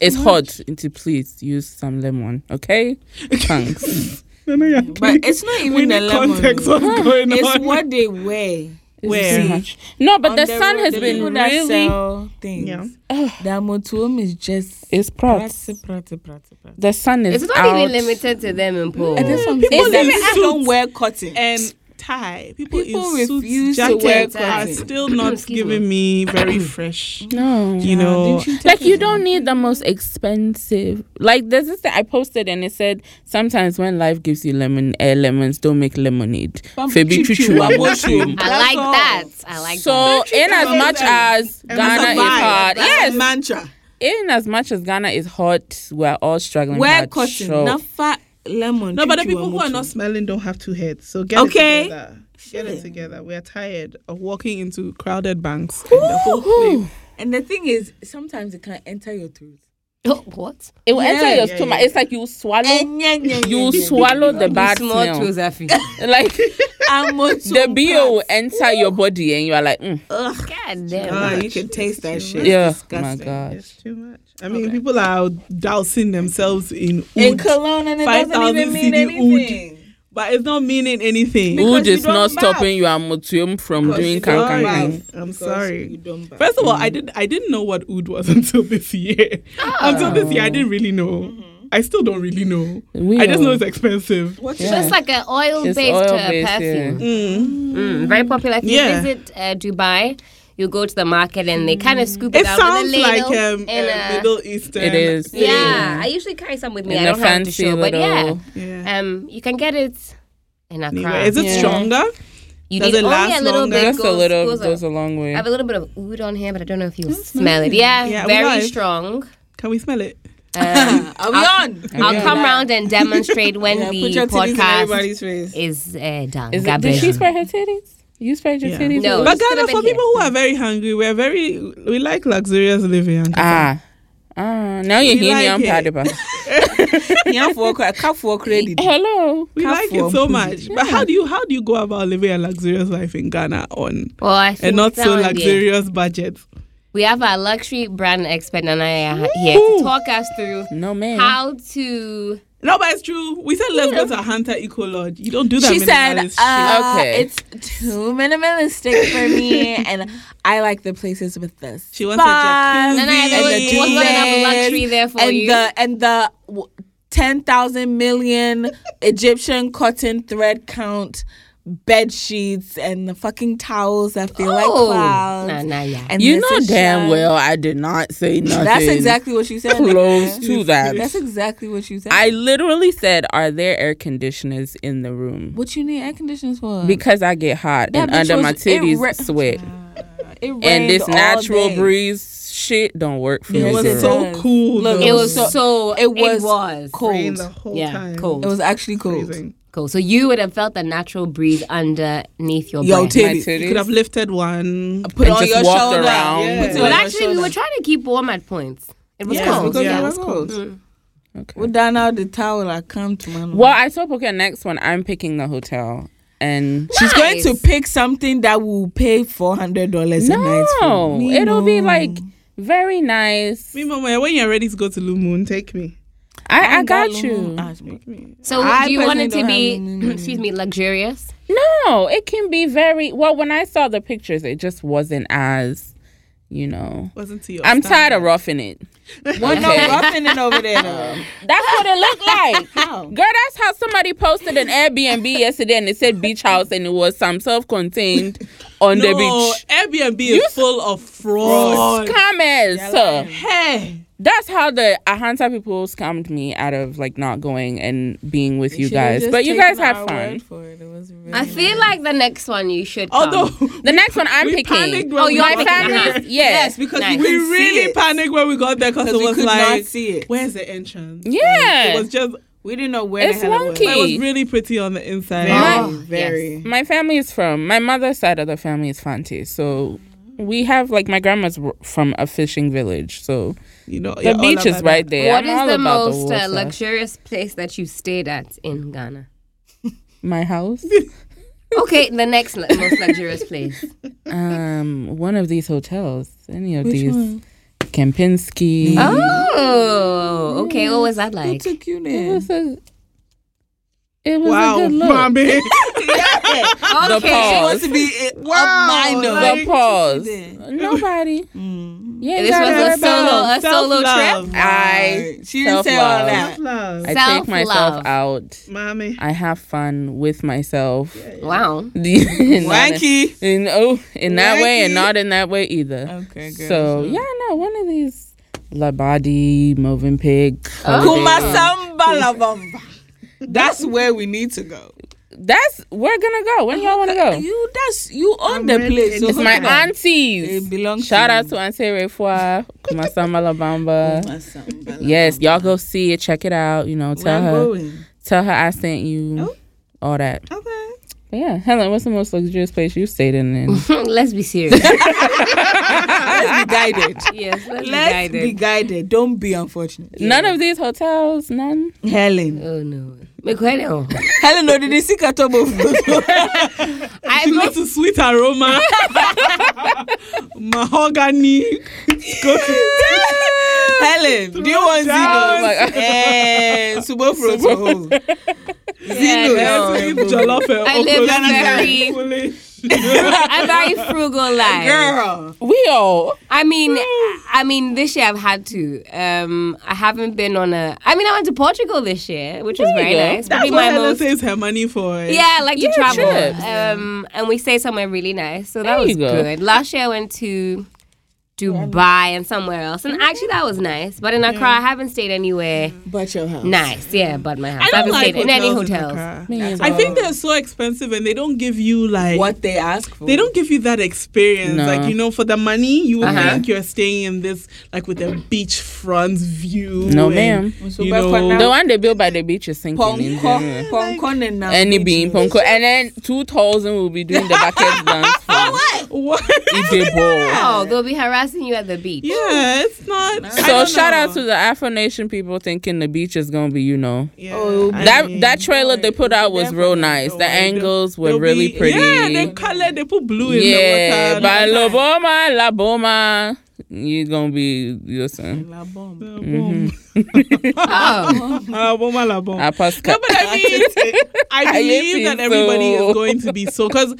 S5: It's hot. Into please use some lemon, okay? Thanks.
S3: No, no, yeah.
S4: But it's not even
S3: we
S4: the
S3: need
S4: lemon.
S3: context. What's going
S4: It's
S3: on?
S4: what they wear.
S3: Where?
S5: It's too much. No, but
S4: On
S5: the, sun
S4: road,
S5: has
S4: the people
S5: been
S4: that
S5: really.
S4: sell things.
S3: Yeah.
S4: The motuum is just
S5: It's Prat.
S4: prate, prate, prate, prate.
S5: The sun is
S2: It's not
S5: out.
S2: even limited to them in Paul.
S3: People
S5: It's
S3: in
S5: the
S3: suits
S4: don't wear cotton.
S3: Oh. and tie. People,
S4: People
S3: in suits,
S4: refuse to wear
S3: jackets are
S4: clothes.
S3: still not
S2: Excuse
S3: giving me very fresh.
S5: No.
S3: You know,
S5: like you don't need the most expensive like there's this thing i posted and it said sometimes when life gives you lemon eh, lemons don't make lemonade
S4: Bam-
S5: Febi
S4: chuchu,
S5: chuchu
S4: bam-
S5: abotum.
S4: chuchu.
S2: I like
S4: all.
S2: that. I like that.
S5: so in as
S3: chuchu,
S5: much
S3: chuchu.
S5: as
S3: And that's
S5: ghana
S3: a
S5: is
S3: vibe.
S5: hot
S4: That's
S5: yes
S4: a mantra.
S5: in as much as ghana is hot we're all struggling
S4: Wear
S5: hard,
S4: cotton,
S5: sure.
S4: nafa, lemon.
S3: No, but the
S4: chuchu,
S3: people who are
S4: amutu.
S3: not smelling don't have two heads. So get it
S4: Okay.
S3: together. Get it together. We are tired of walking into crowded banks. And the whole place.
S4: And the thing is, sometimes it can enter your throat.
S2: Oh, what?
S5: it will enter
S4: Yeah,
S5: your
S3: yeah,
S5: stomach
S3: yeah.
S5: it's like you swallow Eh, you
S4: You
S5: swallow the bad
S2: Small
S5: smell
S2: Josephine.
S5: like
S4: the
S5: the bo will enter your body and you are like mm,
S2: God damn.
S4: Oh, you can taste that shit.
S5: yeah
S4: It's
S5: my
S4: disgusting.
S5: god
S3: It's too much. I mean, people are dousing themselves in oud,
S4: cologne and it
S3: 5,000 CD but it's not meaning anything.
S4: Because
S5: Wood
S4: you
S5: is not
S4: don't bow.
S5: stopping your amotium from
S4: Because
S5: doing
S4: you
S5: can
S4: don't
S5: can
S3: Sorry.
S4: bow.
S5: can.
S3: I'm
S4: Because you
S3: sorry.
S4: don't buy.
S3: First of all,
S5: Mm.
S3: I didn't I didn't know what oud was until this year.
S4: Ah.
S3: Until this year, I didn't really know.
S4: Mm-hmm.
S3: I still don't really know.
S5: We
S3: I just know
S5: are-
S3: it's expensive.
S4: What
S2: So it's like an oil-based,
S5: oil-based,
S2: uh, perfume.
S5: yeah.
S3: Mm.
S2: Mm, very popular. If you
S3: Yeah.
S2: visit uh, Dubai, you go to the market and they kind of scoop it,
S3: It
S2: out
S3: sounds
S2: with a
S3: like
S2: ladle
S3: um,
S2: and,
S3: uh,
S2: uh,
S3: Middle Eastern.
S5: It is.
S2: Yeah, I usually carry some with me.
S5: In
S2: I
S5: a
S2: don't have to
S5: fancy
S2: show, but yeah,
S5: little-
S3: Yeah.
S2: um, you can get it in Accra.
S3: Anyway, is it
S5: Yeah.
S3: stronger?
S2: you
S3: does
S2: need
S3: it
S2: only
S3: last
S2: a little
S3: longer?
S2: bit.
S5: Just
S2: Goes,
S5: a little
S2: goes
S5: goes,
S2: up.
S5: a long way.
S2: I have a little bit of oud on here, but I don't know if you'll smell it. Yeah,
S3: Yeah, we
S2: very
S3: live.
S2: strong.
S3: Can we smell it?
S2: Um,
S4: Are we on?
S2: I'll come round and demonstrate when
S4: Yeah,
S2: the
S4: put your titties in
S2: podcast
S4: everybody's face.
S2: is uh, done.
S5: Is
S2: God
S5: it, did
S2: bless
S5: she
S2: you.
S5: spread her titties? You spread your
S3: Yeah.
S5: titties?
S2: No.
S5: or-
S3: But
S2: just put
S3: Ghana,
S2: a bit
S3: for
S2: here.
S3: people who are very hungry, we're very we like luxurious living.
S5: Ah. Ah. Now you're
S3: We
S5: hearing
S3: like
S5: I'm
S3: it.
S5: proud about.
S4: Yeah, for a cup for credit.
S5: Hello.
S3: we
S4: Can't
S3: like
S4: fool
S3: it so
S4: them.
S3: much. But how do you how do you go about living a luxurious life in Ghana on
S2: Well, I think
S3: and not so
S2: that one, yeah.
S3: luxurious budget?
S2: We have our luxury brand expert Nanaya here to talk us through
S5: No man.
S2: how to.
S3: No, but it's true. We said let's go to a hunter eco lodge. You don't do that.
S4: She said,
S3: minimalist shit.
S4: uh,
S5: Okay.
S4: it's too minimalistic for me, and I like the places with this.
S3: She wants a jacuzzi
S2: No, no, there
S3: and
S2: was- wasn't enough luxury there for
S4: and
S2: you.
S4: The, and the w- 10,000 million Egyptian cotton thread count bed sheets and the fucking towels that feel like
S2: Oh.
S4: clouds.
S2: Nanaya.
S4: And
S5: you
S4: this
S5: know
S4: is
S5: damn
S4: shine.
S5: well I did not say nothing.
S4: That's exactly what you said.
S5: close
S4: nigga.
S5: to that.
S4: That's exactly what you said.
S5: I literally said, "Are there air conditioners in the room?"
S4: what you need air conditioners for?
S5: Because I get hot
S4: That
S5: and
S4: bitch
S5: under my
S4: was- it
S5: titties
S4: ra-
S5: sweat,
S4: It
S5: and
S4: rained
S5: this
S4: all
S5: natural
S4: day.
S5: breeze shit don't work for me.
S3: It was
S5: girl.
S3: so cool.
S4: Look,
S3: though.
S2: It was
S4: So-
S2: so.
S4: it was
S2: cold.
S3: Rain the whole
S2: Yeah,
S3: time.
S2: cold.
S4: It was actually cool.
S3: Amazing.
S2: Cool. So you would have felt the natural breeze underneath your
S4: Yo,
S2: breath.
S5: My
S4: titties.
S5: titties.
S3: You could have lifted one.
S4: Put
S5: And
S4: on
S5: just
S4: your
S5: walked
S4: shoulder.
S5: around.
S3: Yeah.
S4: Put it
S3: But
S2: But
S4: on your
S2: actually, we
S4: shoulder.
S2: were trying to keep warm at points. It was
S3: Yeah,
S2: cold.
S3: because
S4: Yeah,
S3: it
S4: it
S3: was
S4: was
S3: cold.
S5: Mm. Okay.
S4: Put down out the towel. I come to my.
S5: Well, I told Poker next one I'm picking the hotel, and
S4: she's going to
S2: Nice.
S4: pick something that will pay four hundred dollars a night.
S5: no,
S4: For me.
S5: it'll be
S4: No.
S5: like very nice.
S3: Me, mama, when you're ready to go to Blue Moon, take me.
S5: I, I
S4: ain't
S5: got
S4: long-
S5: you.
S4: Ah, it's okay.
S2: So
S4: I
S2: do you want
S4: personally
S2: it to
S4: don't
S2: be,
S4: have- no, no, no,
S2: excuse me, luxurious?
S5: No, it can be very well. When I saw the pictures, it just wasn't as, you know.
S3: Wasn't to your
S5: I'm tired
S3: standard.
S5: of roughing it.
S4: Well, no,
S5: Okay.
S4: roughing it Oh, over there. though.
S5: That's what it looked like.
S4: How?
S5: Girl, that's how somebody posted an Airbnb yesterday and it said beach house and it was some self contained on the
S3: No, Oh,
S5: beach.
S3: Airbnb
S5: You
S3: is full of fraud.
S5: Scammers.
S3: Hey,
S5: That's how the Ahanta people scammed me out of like not going and being with you,
S4: Should've
S5: guys.
S4: just
S5: But you
S4: taken
S5: guys had
S4: our
S5: fun.
S4: word for it. It was really
S2: I feel like the next one you should
S3: although
S2: come.
S5: The next one I'm
S3: We panicked
S5: picking.
S3: when
S2: Oh,
S3: we
S2: you're
S3: got
S5: My
S2: picking
S3: there.
S2: that.
S5: family. Yes.
S4: because
S2: Nice.
S4: we
S3: We
S4: couldn't see
S3: really
S4: it.
S3: panicked when we got there because it
S4: Because we
S3: was
S4: could
S3: like,
S4: not see it.
S3: where's the entrance?
S5: Yeah.
S3: It was just,
S4: We didn't know where
S5: It's
S4: the hell
S3: but it
S5: wonky.
S4: it
S3: was really pretty on the inside.
S5: My-
S2: Oh,
S4: was. Very, very.
S5: My family is from my mother's side of the family is Fante, so we have like my grandma's w- from a fishing village, so
S3: You know,
S5: the beach is right there.
S2: What
S5: I'm
S2: is
S5: all
S2: the
S5: about
S2: most uh,
S5: water.
S2: luxurious place that you stayed at in Ghana?
S5: My house,
S2: Okay, the next lu- most luxurious place.
S5: um, one of these hotels, any of these, Kempinski.
S2: Oh, okay. What was that like?
S4: Took you
S5: It
S4: there.
S5: was a, it was
S3: Wow,
S5: a good look.
S3: mommy.
S5: The pause.
S4: to be
S3: Wow,
S4: minor.
S5: The pause. Uh,
S4: did. Mm-hmm.
S5: Nobody. Yeah,
S2: This was a solo, a solo
S3: Self-love.
S2: trip.
S5: I
S4: She didn't say all
S5: Self-love.
S4: that.
S3: Love,
S5: I take myself
S2: Self-love.
S5: out.
S3: mommy.
S5: I have fun with myself.
S2: Wow.
S5: Not in-
S4: Wanky.
S5: in oh in that way and
S4: Wacky.
S5: not in that way either.
S4: Okay, good.
S5: So yeah, no, one of these Labadi, Moving Pig,
S2: Oh.
S5: Holiday.
S4: Kumasambalabamba. That's where we need to go.
S5: That's we're gonna go. When y'all wanna go?
S4: You that's you own the
S3: ready.
S4: place. So
S5: It's
S4: hook
S5: my
S4: it up.
S5: aunties.
S4: It belongs.
S5: Shout out to Auntie Refwa, Kumasama Labamba.
S4: Kumasambalabamba.
S5: Yes, y'all go see it, check it out. You know,
S4: Where
S5: tell
S4: I'm
S5: her,
S4: going.
S5: tell her I sent you, all that.
S4: Okay.
S5: But yeah, Helen, what's the most luxurious place you stayed in? in?
S2: Let's be serious.
S4: Let's be guided.
S2: yes, let's, be
S4: Let's
S2: guided.
S4: be guided. Don't be unfortunate.
S5: None of these hotels, none.
S4: Helen.
S2: oh no. Mekwele, oh.
S4: Helen, no, did you see Katobo?
S2: I
S3: She goes to sweet aroma, mahogany. Go to
S4: Helen, do you want
S5: down.
S4: Zinos? Eh, Subo Pro to home.
S2: Yeah, no.
S3: sweet jollof. and
S2: I live
S3: okra
S2: very-
S3: soup. Fully.
S2: a very frugal life.
S4: Girl.
S5: We all.
S2: I mean, I mean, this year I've had to. Um, I haven't been on a. I mean, I went to Portugal this year, which was
S5: There you
S2: very
S5: go.
S2: nice.
S3: That's
S2: Probably
S3: what
S2: my
S3: Helen
S2: most.
S3: says her money for.
S2: Yeah, I like to travel.
S5: trips.
S2: Um, and we stayed somewhere really nice, so
S5: There
S2: that was
S5: you go.
S2: good. Last year I went to Dubai and somewhere else,
S3: Mm-hmm.
S2: and actually that was nice. But in Accra, I haven't stayed anywhere
S4: But your house.
S2: nice. Yeah, but my house.
S3: I
S2: I,
S3: don't
S2: haven't
S3: like
S2: stayed in any hotels.
S3: Accra.
S5: Me as
S3: I think they're so expensive and they don't give you like
S4: What they ask for.
S3: they don't give you that experience.
S5: No.
S3: Like you know, for the money, you would
S2: Uh-huh.
S3: think you're staying in this like with a beachfront view.
S5: No,
S3: and,
S5: ma'am.
S3: You
S4: Super fun
S3: know,
S4: now.
S5: The one they built by the beach is sinking. in
S4: Ponko.
S5: general.
S4: Ponko and now.
S5: Any bean ponko, and then two thousand will be doing the bucket dance for
S3: what?
S5: Ije ball.
S2: Oh, they'll be harassing you at the beach.
S3: yeah, it's not. I
S5: So
S3: don't
S5: shout out to
S3: know.
S5: the Afro Nation people thinking the beach is gonna be, you know,
S3: yeah,
S4: Oh,
S3: I
S5: that
S3: mean,
S5: that trailer they put out was real nice. The
S3: they'll-
S5: angles were
S3: they'll
S5: really
S3: be-
S5: pretty.
S3: Yeah, they colored. They put blue in
S5: Yeah,
S3: the water.
S5: by Loboma, Laboma, You're gonna be listen.
S4: La bomb.
S3: La bomb.
S5: Mm-hmm.
S3: Ah,
S2: Oh.
S3: La bomb, la bomb.
S5: Apostle.
S3: No, but I mean, I believe that
S5: think
S3: everybody
S5: so.
S3: is going to be so. Because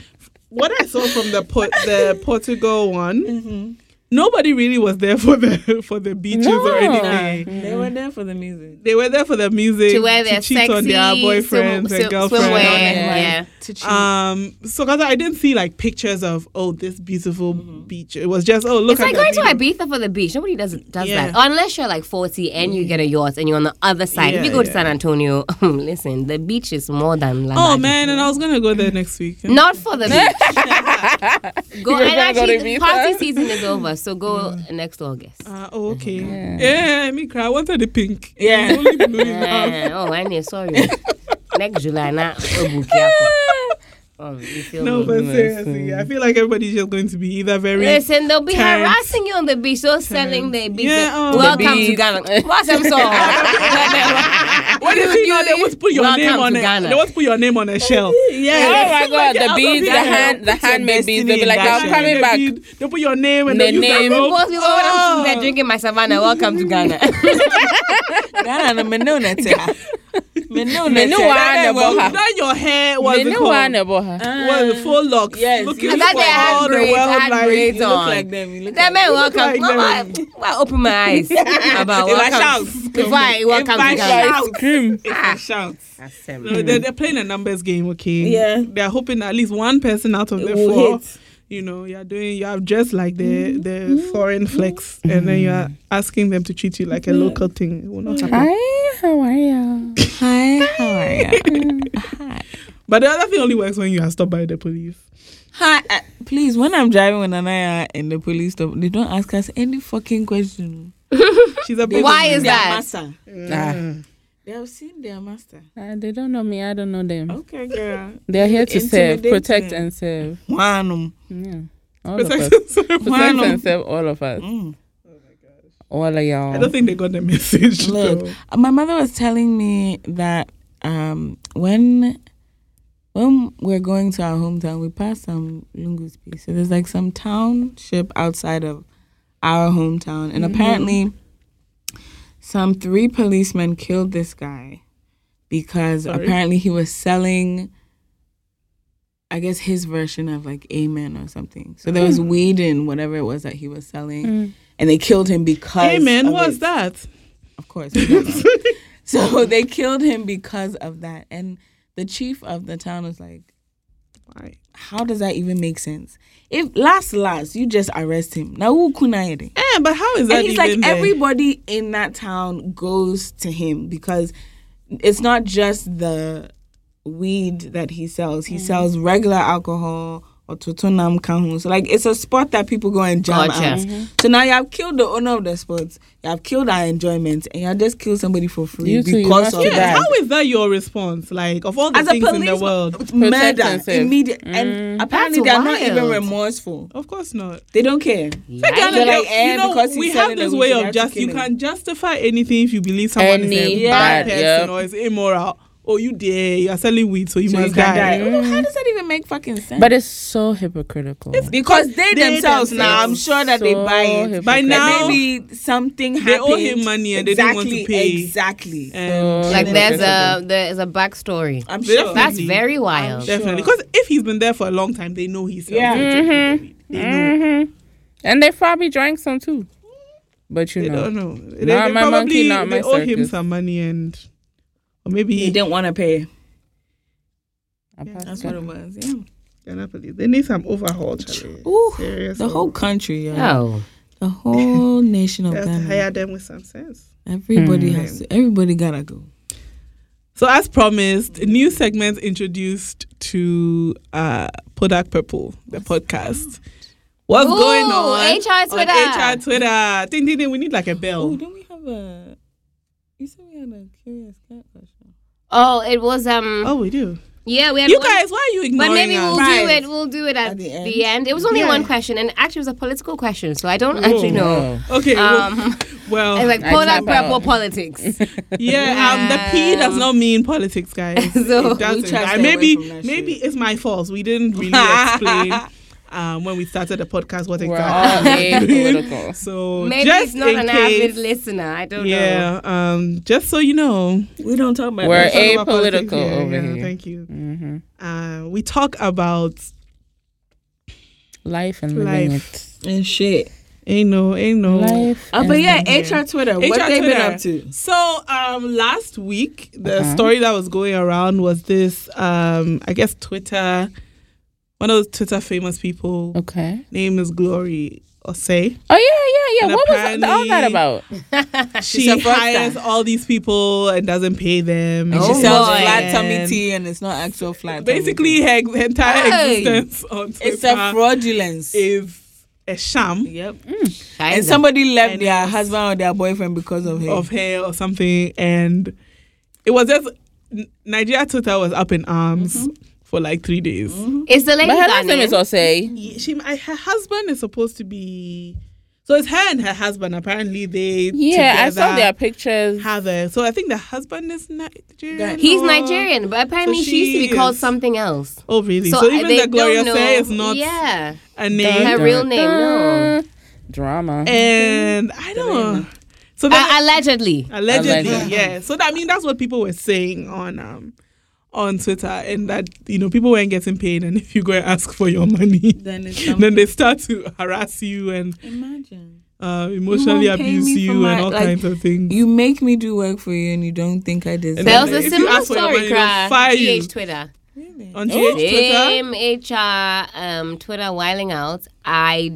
S3: what I saw from the Port, the Portugal one,
S4: mm-hmm.
S3: nobody really was there for the for the beaches or anything.
S4: They were there for the music.
S3: They were there for the music,
S2: to wear their
S3: cheat
S2: sexy
S3: on their boyfriends
S2: swim,
S3: and girlfriends.
S2: swimwear.
S4: like,
S2: Yeah.
S4: To cheat.
S3: Um, so because I didn't see like pictures of oh this beautiful beach. It was just oh look.
S2: It's
S3: at
S2: like
S3: the
S2: going to
S3: beach.
S2: Ibiza for the beach. Nobody does does
S3: Yeah.
S2: that unless you're like forty and you get a yacht and you're on the other side. if
S3: Yeah,
S2: you go to
S3: yeah.
S2: San Antonio, listen, the beach is more than La
S3: Oh
S2: Badi.
S3: man, and I was gonna go there next week.
S2: Not for the beach. go
S5: You're
S2: and
S5: not
S2: actually,
S5: gonna be
S2: the party
S5: there?
S2: season is over, so go next August.
S3: Ah, oh, okay.
S5: Yeah.
S3: Yeah, me cry. I wanted the pink.
S4: Yeah.
S3: It's only blue now.
S2: Ah, oh, I need sorry. next July, na Obukiako. Um, you feel
S3: No,
S2: me?
S3: but seriously, I feel like everybody's just going to be either very.
S2: Listen, they'll be
S3: Terms.
S2: harassing you on the beach, so selling the beach.
S3: Yeah, oh.
S2: Welcome
S5: The
S2: to
S5: beach.
S2: Ghana. What's them song?
S3: what is it now? They want to put your
S2: Welcome
S3: name on
S2: to
S3: a,
S2: Ghana.
S3: They want to put your name on a shelf.
S5: Oh my god, the beads, the
S3: that.
S5: hand, the
S4: Put your
S5: handmade beads. They'll be
S4: destiny
S5: like,
S4: in that
S5: I'm
S4: shit.
S5: coming
S3: they
S5: back.
S3: feed- They put your name Oh. and
S5: The
S3: they use that
S5: name.
S3: rope.
S2: Most people when I'm sitting there drinking my savannah, welcome to Ghana.
S4: Ghana na menona te ha. Menona
S5: Menu
S4: te
S5: wa
S4: ha.
S5: na
S3: Well,
S5: boha.
S3: not your hair was
S5: Menu wa
S3: the
S5: na boha.
S3: was the full locks.
S4: Yes,
S3: looking
S4: you- I
S2: thought
S3: for all
S2: they had
S3: the
S2: braids,
S3: world
S2: had
S3: like,
S2: braids
S4: You
S2: on.
S4: look like them. You look
S2: That
S4: like
S2: man
S3: look
S2: welcome.
S3: like
S2: Mama,
S3: them.
S2: I, I open my eyes about
S4: If I
S2: welcome.
S4: shout.
S2: Before I welcome
S4: If I
S2: to Ghana.
S4: shout.
S5: Cream.
S3: It's a shout.
S2: Assembly.
S3: No, they're, they're playing a numbers game, okay?
S4: Yeah.
S3: They're hoping at least one person out of the
S4: will
S3: four.
S4: hit. Mm-hmm.
S3: You know, you're doing, you're dressed like the the foreign flex, and then you're asking them to treat you like a local thing. It will not happen.
S5: Hi, how are you?
S4: Hi, how are you? Hi.
S3: But the other thing only works when you are stopped by the police.
S4: Hi. uh, Please, when I'm driving with Anaya and the police stop, they don't ask us any fucking question.
S3: She's a
S4: They
S3: bit.
S2: Why
S4: have
S2: is
S4: seen their
S2: that?
S4: Master.
S5: Nah.
S4: They have seen their master.
S5: Uh, Ah. they don't know me. I don't know them.
S4: Okay, girl.
S5: They're here to serve,
S4: Intimidate
S5: protect,
S4: them.
S5: and serve.
S4: One.
S5: Yeah, all of us.
S3: I
S5: Protect
S4: One.
S5: and serve all of us.
S4: Mm.
S5: All of y'all.
S3: don't think they got the message.
S4: Look,
S3: though.
S4: my mother was telling me that um, when when we're going to our hometown, we pass some Lunguspi. So there's like some township outside of our hometown,
S3: Mm-hmm.
S4: and apparently, some three policemen killed this guy because
S3: Sorry?
S4: apparently he was selling. I guess his version of like amen or something. So there was
S3: Hmm.
S4: weed and whatever it was that he was selling, and they killed him because.
S3: Hey man, Hmm.
S4: of
S3: what's
S4: it
S3: that?
S4: of course. we don't know. so they killed him because of that. And the chief of the town was like,
S3: Why?
S4: How does that even make sense? If last last you just arrest him. Now who kunayede?
S3: Eh, but how is that
S4: And he's like
S3: even there?
S4: everybody in that town goes to him because it's not just the weed that he sells. He sells regular alcohol or totonam kahun. So like it's a spot that people go and jam
S2: Gotcha.
S4: out. So now you have killed the owner of the spot. You have killed our enjoyment, and you have just killed somebody for free
S5: You too, you
S4: because
S5: must
S4: of
S5: be
S3: Yeah,
S5: bad.
S4: that.
S3: how is that your response? Like of all the
S4: As a
S3: things
S4: police,
S3: in the world,
S4: murder
S5: yourself.
S4: immediate, and apparently they're not even
S2: wild.
S4: remorseful.
S3: of course not.
S4: They don't care.
S3: Ghana,
S4: They're
S3: they-
S4: like, eh,
S3: you know,
S4: because he's
S3: we have
S4: selling the
S3: this
S4: weed,
S3: way
S4: so they
S3: of
S4: have to
S3: just you
S4: kill him.
S3: can justify anything if you believe someone is
S5: Any
S3: a bad
S5: bad,
S3: person
S5: yep.
S3: or is immoral. Oh, you dare you are selling weed, so you
S4: So you
S3: must
S4: can
S3: die.
S4: die. Oh, How does that even make fucking sense?
S5: But it's so hypocritical.
S4: because they,
S3: They
S4: themselves now, I'm
S3: themselves.
S4: sure that they
S5: So
S4: buy it.
S5: By
S4: But
S3: now,
S4: maybe something happened.
S3: they owe him money and they didn't want to pay.
S4: Exactly.
S3: And
S2: Like there's a there's a backstory.
S4: I'm
S3: They
S4: sure.
S3: don't-
S2: That's very wild.
S3: definitely because if he's been there for a long time, they know he's selling.
S4: Yeah.
S3: weed. They know.
S5: Mm-hmm. And they probably drank some too. But
S4: Mm-hmm.
S5: you
S3: They
S5: know.
S3: don't know. They,
S5: Not
S3: they
S5: my
S3: probably
S5: monkey, not my
S3: they owe him
S5: circus.
S3: some money and or maybe
S4: He didn't want to pay.
S5: Apostle.
S4: That's what it was. Yeah.
S3: Ghana police. They need some overhaul. Charlie.
S4: Ooh,
S3: Serious
S4: the whole country, yeah.
S2: Oh,
S4: The whole nation of
S3: They have to
S4: Ghana.
S3: hire them with some sense.
S4: Everybody has to. Everybody gotta go.
S3: So, as promised, a new segment introduced to uh, Podak Purple, the podcast. What's
S2: Ooh,
S3: going on?
S2: HR
S3: on
S2: Twitter.
S3: HR Twitter. Ding, ding, ding. We need like a
S4: Oh,
S3: bell.
S4: don't we have a? You said we had a curious cat question.
S2: oh, it was um.
S3: Oh, we do.
S2: Yeah, we had
S3: You
S2: one-
S3: guys, why are you ignoring
S2: But maybe we'll
S3: us?
S2: do
S4: Right.
S2: it. We'll do it at,
S4: At the
S2: the,
S4: end.
S2: end. It was only
S3: Yeah.
S2: one question, and actually, it was a political question, so I don't actually know.
S3: Okay.
S2: Um,
S3: well, well
S2: It's like
S5: I
S2: polar
S5: tap
S2: purple
S5: out.
S2: politics.
S3: yeah. Um, the P does not mean politics, guys.
S2: So,
S3: it doesn't.
S4: try to
S3: I-
S4: stay away
S3: maybe,
S4: from that
S3: maybe
S4: shit.
S3: it's my fault. We didn't really explain. um, when we started the podcast what
S5: We're all
S3: exactly
S5: made
S3: doing.
S5: political.
S3: So
S2: Maybe
S3: just
S2: he's not
S3: in
S2: an
S3: case,
S2: avid listener. I
S5: Oh,
S2: don't know.
S3: yeah, um, just so you know,
S4: We don't talk about
S5: We're
S4: that.
S3: Sorry about
S5: apolitical
S3: politics. Yeah,
S5: over
S3: yeah,
S5: here.
S3: Thank you.
S5: hmm
S3: Uh, we talk about
S5: Life and living
S3: Life.
S5: it.
S4: and shit.
S3: ain't no, ain't no.
S5: Life.
S4: Oh,
S5: and
S4: but yeah,
S5: living it.
S4: HR Twitter.
S3: HR
S4: what they been
S3: Twitter.
S4: up to?
S3: So um, last week, the
S5: Uh-huh.
S3: story that was going around was this. Um, I guess Twitter, one of those Twitter famous people,
S5: Okay.
S3: name is Glory Osei.
S5: Oh yeah, yeah,
S3: And
S5: yeah. What was all that
S3: apparently-
S5: about?
S3: She
S4: Ah, a fraudster.
S3: hires all these people and doesn't pay them.
S4: And
S2: Oh
S4: she sells
S2: boy.
S4: flat tummy tea, and it's not actual flat. tummy
S3: Basically,
S4: tea.
S3: her ex- entire
S2: Hey.
S3: existence on Twitter
S4: it's a fraudulence.
S3: is a sham
S4: yep.
S2: Kind
S4: And
S2: of.
S4: somebody left
S3: And
S4: their
S3: it's-
S4: husband or their boyfriend because of him.
S3: of her or something, and it was just N- Nigeria Twitter was up in arms
S2: Mm-hmm.
S3: for like three days.
S2: It's the lady
S5: But her last name
S2: Ghanaian.
S5: is Osei.
S3: Yeah, she I- her husband is supposed to be so it's her and her husband apparently they
S5: Yeah, I saw
S3: together
S5: their pictures.
S3: have a so I think the husband is Nigerian
S2: He's
S3: or-
S2: Nigerian, but apparently
S3: So
S2: she used to be
S3: she
S2: called
S3: is-
S2: something else.
S3: oh really so,
S2: So,
S3: even
S2: they
S3: the Gloria
S2: don't know.
S3: say is not
S2: Yeah.
S3: a
S2: Her
S3: name
S2: real name, no.
S5: Drama.
S3: and I don't know so then
S2: Uh, allegedly.
S3: allegedly,
S5: Allegedly.
S3: yeah so that, I mean that's what people were saying on um on Twitter and that you know people weren't getting paid and if you go and ask for your money
S4: then it's
S3: then they start to harass you and
S4: imagine
S3: uh, emotionally
S4: won't pay
S3: abuse
S4: me for
S3: you
S4: my-
S3: and all
S4: like,
S3: kinds of things.
S4: you make me do work for you, and you don't think I deserve.
S3: And
S2: There was
S3: then
S2: a
S3: if you
S2: similar
S3: ask for your
S2: story,
S3: money, they'll
S2: Cry.
S3: fire you.
S2: GH Twitter.
S4: Really?
S3: on GH Twitter.
S2: Same HR um, Twitter whiling out. I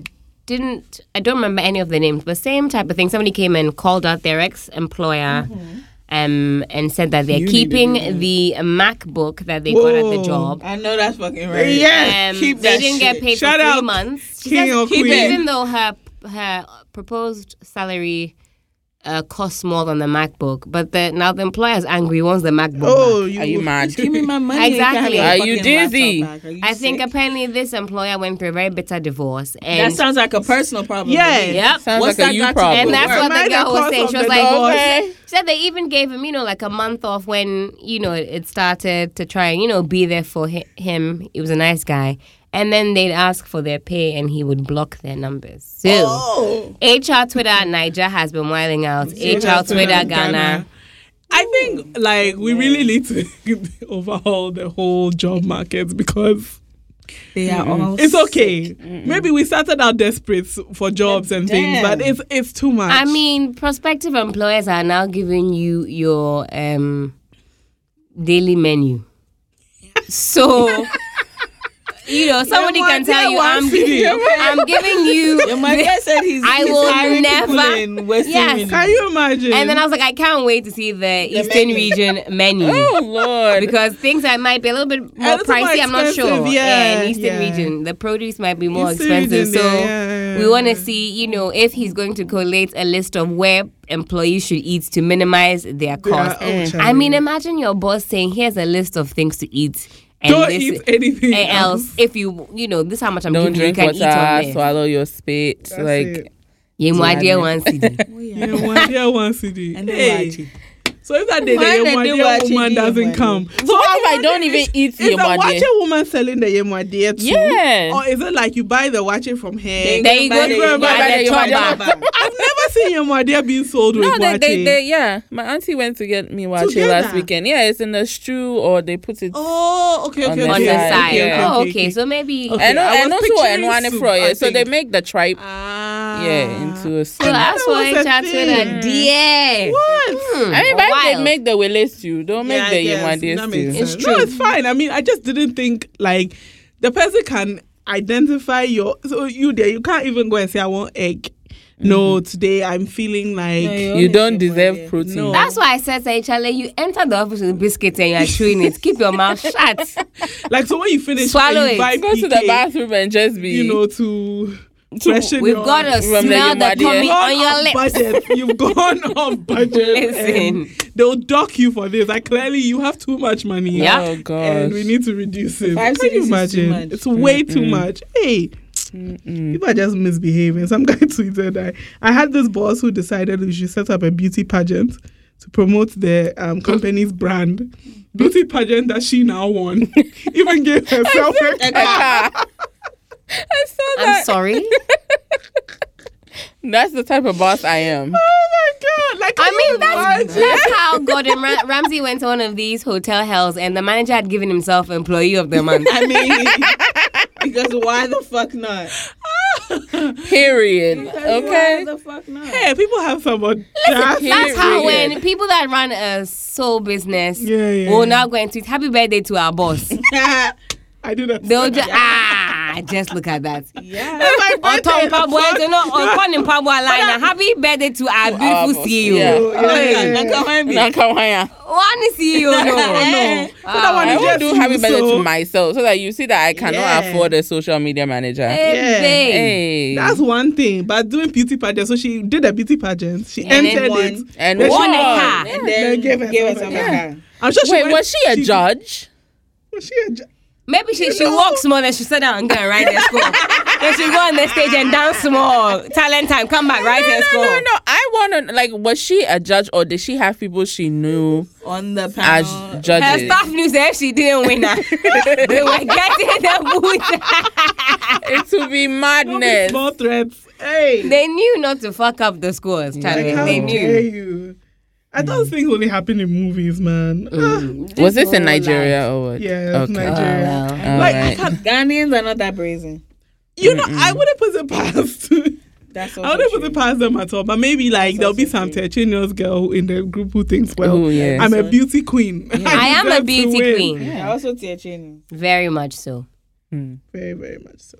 S2: didn't, I don't remember any of the names, but same type of thing. Somebody came and called out their ex employer.
S3: Mm-hmm.
S2: Um, and said that they're
S4: You need to
S2: keeping
S4: do that.
S2: the MacBook that they got at the
S3: Whoa.
S2: job.
S4: I know that's fucking right.
S2: Um, they didn't get paid
S3: Shout
S2: for three
S3: out,
S2: months. She
S3: King
S2: says
S3: or
S4: keep
S3: Queen.
S4: it.
S2: even though her her proposed salary uh, costs more than the MacBook, but the, now the employer is angry. He wants the MacBook.
S3: Oh,
S2: back.
S3: you,
S5: Are you mad?
S4: Give me my money.
S2: Exactly.
S4: I can't have
S5: Are you
S4: your fucking
S5: dizzy?
S4: laptop back. Are you
S2: I think
S4: sick?
S2: apparently this employer went through a very bitter divorce,
S4: that
S2: and
S4: sounds like a personal problem.
S3: Yeah.
S4: to me.
S2: yep.
S5: Sounds
S4: What's
S5: like
S4: that
S5: a you
S4: got to-
S5: problem.
S2: And that's
S4: Work.
S2: what
S3: Mind
S2: the
S3: the
S2: girl was
S3: cost
S2: saying.
S3: of
S2: She was
S3: the
S2: like,
S3: divorce.
S2: she said they even gave him, you know, like a month off when, you know, it started to try and, you know, be there for hi- him. He was a nice guy. And then they'd ask for their pay and he would block their numbers. So, Oh. HR Twitter Niger has been whiling out. HR Twitter Ghana.
S3: I think like we really need to overhaul the whole job market because
S4: They are all.
S3: it's okay. Maybe we started out desperate for jobs and things,
S4: Damn.
S3: but it's it's too much.
S2: I mean, prospective employers are now giving you your um, daily menu. So, you know, somebody
S3: Yeah,
S2: can
S3: my dear
S2: tell you,
S3: one
S2: I'm,
S3: CD.
S2: gi- I'm giving
S4: Yeah,
S2: you.
S4: my guy said he's.
S2: I
S4: he's
S2: will
S4: hiring people
S2: never-
S4: In Western
S2: Yes.
S4: Union.
S3: can you imagine?
S2: And then I was like, I can't wait to see the, Eastern
S4: menu.
S2: region menu.
S5: oh Lord.
S2: Because things that might be a little bit more
S3: little more
S2: pricey, I'm not sure.
S3: expensive, yeah,
S2: in Eastern
S3: yeah.
S2: region, the produce might be more
S3: It's
S2: expensive.
S3: still
S2: So
S3: in there, yeah, yeah,
S2: we want
S3: yeah.
S2: to see, you know, if he's going to collate a list of where employees should eat to minimize their cost.
S3: oh,
S2: I
S3: child.
S2: mean, imagine your boss saying, "Here's a list of things to eat." And
S3: don't
S2: eh, this,
S3: eat anything
S2: and
S3: else.
S2: else, if you, you know, this is how much I'm
S5: Don't
S2: giving you, you
S5: drink
S2: can eat on
S5: water,
S2: this.
S5: swallow your spit. like
S3: it.
S2: Yeah, my dear one CD.
S4: Oh,
S3: Yeah, one yeah, one CD.
S4: And then
S3: Hey.
S4: watch it.
S3: So if that day
S4: Why
S3: the
S4: they do
S3: Yemwadia
S4: watch it,
S3: woman doesn't
S4: Yemwadia?
S3: come,
S5: So what if I don't even eat
S3: is the
S5: Yemwadia?
S3: Watcher woman selling the Yemwadia too?
S5: Yeah.
S3: Or is it like you buy the Watcher from her?
S2: There you go.
S4: Everybody-
S2: Yeah,
S5: everybody-
S2: the chopper.
S3: I've never seen Yemwadia being sold
S5: No,
S3: with
S5: they,
S3: Watcher.
S5: they, they, yeah. My auntie went to get me wache last
S3: Together?
S5: weekend. Yeah, it's in a stew or they put it.
S3: Oh, okay, okay,
S5: On
S3: okay.
S2: on the
S5: Yeah,
S2: side.
S5: okay, okay,
S2: oh, okay. So maybe.
S3: Okay.
S5: and,
S3: I was
S5: and also
S3: picturing
S5: enwane
S3: soup,
S5: froyo.
S3: I
S5: So they
S3: think.
S5: make the tripe,
S3: Ah.
S5: yeah, into a stew.
S2: So
S5: I
S2: that's
S3: that
S2: why
S3: was a
S2: HR Twitter.
S3: thing.
S2: Yeah.
S3: What?
S2: Hmm,
S5: mean, but if
S2: wild.
S5: they make the wele stew. Don't make
S3: Yeah, I guess.
S5: the Yemwadia
S3: That
S5: stew.
S3: makes
S2: It's
S3: sense.
S2: true.
S3: No, it's fine. I mean, I just didn't think like the person can identify your so you there. You can't even go and say I want egg. No,
S2: Mm-hmm.
S3: today I'm feeling like
S5: You don't deserve protein.
S3: No.
S2: That's why I said, say, Charlie, you enter the office with biscuits and you're chewing it. Keep your mouth shut.
S3: like so when you finish
S2: Swallow
S3: you
S2: it.
S3: buy
S5: Go to the
S3: PK,
S5: bathroom and just be.
S3: You know to freshen
S2: We've
S3: your-
S2: got to
S5: Remember
S2: smell
S5: your
S2: the
S5: body,
S2: coming
S5: eh?
S2: on
S3: Gone
S2: your
S3: off
S2: lips.
S3: budget. You've gone off budget. and
S2: Listen.
S3: They'll dock you for this. Like clearly you have too much money.
S2: Yeah.
S5: Oh gosh.
S3: And we need to reduce it.
S4: Five
S3: Can you
S4: cities is too
S3: imagine?
S4: much.
S3: It's way too much. Hey, people are just misbehaving. Some guy tweeted I, I had this boss who decided we should set up a beauty pageant to promote the um, company's brand. Oh Beauty pageant that she now won. Even gave herself a
S5: Ah, I saw that.
S2: I'm sorry.
S5: That's the type of boss I am.
S3: God, like
S2: I mean, that's, that's how Gordon Ra- Ramsay went to one of these hotel hells, and the manager had given himself employee of the month.
S4: I mean, because why the fuck not?
S5: Period.
S4: Why
S5: Okay.
S4: the fuck not?
S3: hey, people have someone. Listen,
S2: That's how
S5: Period.
S2: when people that run a soul business
S3: Yeah, yeah,
S2: will
S3: yeah.
S2: now go and tweet happy birthday to our boss.
S3: I do that.
S2: They'll just ah just look at that.
S4: Yeah.
S2: On Tom Pabwa, you know, on Conin Pabwa line. Happy birthday to our
S5: our
S2: beautiful E
S5: boss.
S2: CEO.
S5: Yeah.
S4: Yeah.
S5: Now come here.
S2: Oh, One CEO, no.
S3: No. So that one
S5: I
S3: is
S5: will
S3: just
S5: do
S3: you,
S5: happy birthday
S3: so-
S5: to myself so that you see that I cannot
S3: Yeah.
S5: afford a social media manager.
S2: Hey,
S3: Yeah.
S2: babe.
S5: Hey.
S3: That's one thing. But doing beauty pageant, so she did a beauty pageant. She
S2: And
S3: entered
S4: then
S3: it.
S4: won.
S5: and
S3: Wait,
S2: One
S5: Wait,
S2: car.
S4: And
S3: Then
S4: then
S3: give us
S4: give us
S3: some
S4: some
S3: back.
S4: back.
S3: I'm sure she went-
S5: was she a judge?
S3: Was she a judge?
S2: Maybe she, she walks more than she sit down and go and write and score. then she go on the stage and dance more. Talent time, come back, write and
S5: No,
S2: score.
S5: no, no. I want to, like, was she a judge or did she have people she knew
S4: On the
S5: as
S4: panel.
S2: Her
S5: judges?
S2: staff knew that if she didn't win her, they were getting the boot.
S5: It would be
S3: Don't be
S5: madness.
S3: Small threats. Hey.
S2: They knew not to fuck up the scores, Charlie.
S3: Like, how
S2: They
S3: dare
S2: knew.
S3: you? Mm. I thought things only happen in movies, man. Ah,
S5: Was this in Nigeria or what?
S3: yeah, it's
S5: Okay.
S3: Nigeria.
S2: Well,
S5: All
S3: Like,
S5: right.
S4: Ghanaians are not that brazen.
S3: You know, I wouldn't put it past.
S4: That's
S3: I wouldn't put it past them at all. But maybe like there'll be
S4: also
S3: some Techinios girl in the group who thinks, well,
S5: Ooh, yeah.
S3: I'm a beauty queen.
S2: I am
S3: deserve
S2: a
S3: to
S2: beauty
S3: win.
S2: queen.
S4: I also tear training.
S2: Very much so.
S3: Very, very much so.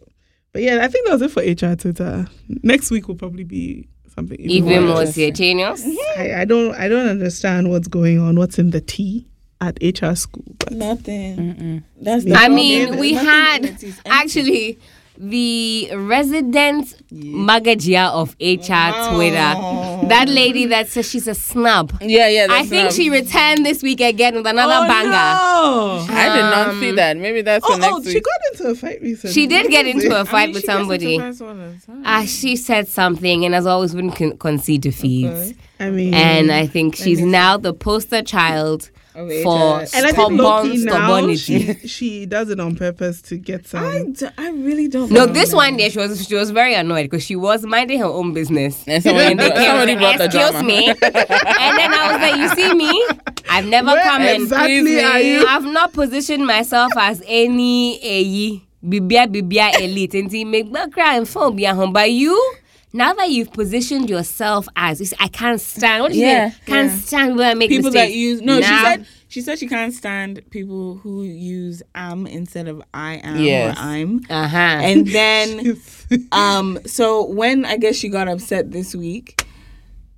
S3: But yeah, I think that was it for HR Twitter. Next week will probably be something even,
S2: Even
S3: worse.
S2: more genius.
S3: I, I don't I don't understand what's going on. What's in the tea at HR school? But
S4: Nothing. That's the
S2: I
S4: problem.
S2: mean,
S4: There's
S2: we
S4: nothing in
S2: had
S4: it. It's empty.
S2: actually the resident magagia of HR
S5: Oh.
S2: Twitter. That lady that says she's a snub.
S5: Yeah, yeah.
S2: I
S5: that's
S2: think
S5: not-
S2: she returned this week again with another
S3: Oh,
S2: banger.
S3: no.
S5: I did not see that. Maybe that's
S3: um, Oh,
S5: the next
S3: oh she
S5: week.
S3: got into a fight recently.
S2: She did get
S3: What was
S2: into
S3: it?
S2: a fight with somebody. Uh, she said something and, as always, wouldn't con- concede defeats.
S3: I mean,
S2: And I think she's now the poster child
S4: Oh,
S2: for
S3: and I think
S2: stubborn
S3: Loki now
S2: stubbornity.
S3: she, she does it on purpose to get some.
S4: I, d- I really don't.
S2: Oh, No,
S4: know.
S2: this one day she was she was very annoyed because she was minding her own business.
S5: And somebody
S2: they
S5: brought-
S2: came
S5: somebody
S2: and
S5: brought the
S2: excuse
S5: drama."
S2: me, and then I was like, "You see me? I've never
S3: Where
S2: come and
S3: exactly
S2: please
S3: are
S2: me.
S3: you?"
S2: I've not positioned myself as any AE, bibia bibia elite, and see, make me cry and phone be at home. But you." Now that you've positioned yourself as, you see, I can't stand. What do you
S5: Yeah.
S2: say? Can't stand people that make
S4: people
S2: mistakes.
S4: that use. No, she
S2: Nah.
S4: said she said she can't stand people who use am instead of I am
S5: Yes.
S4: or I'm.
S2: Uh huh.
S4: And then, um, so when I guess she got upset this week,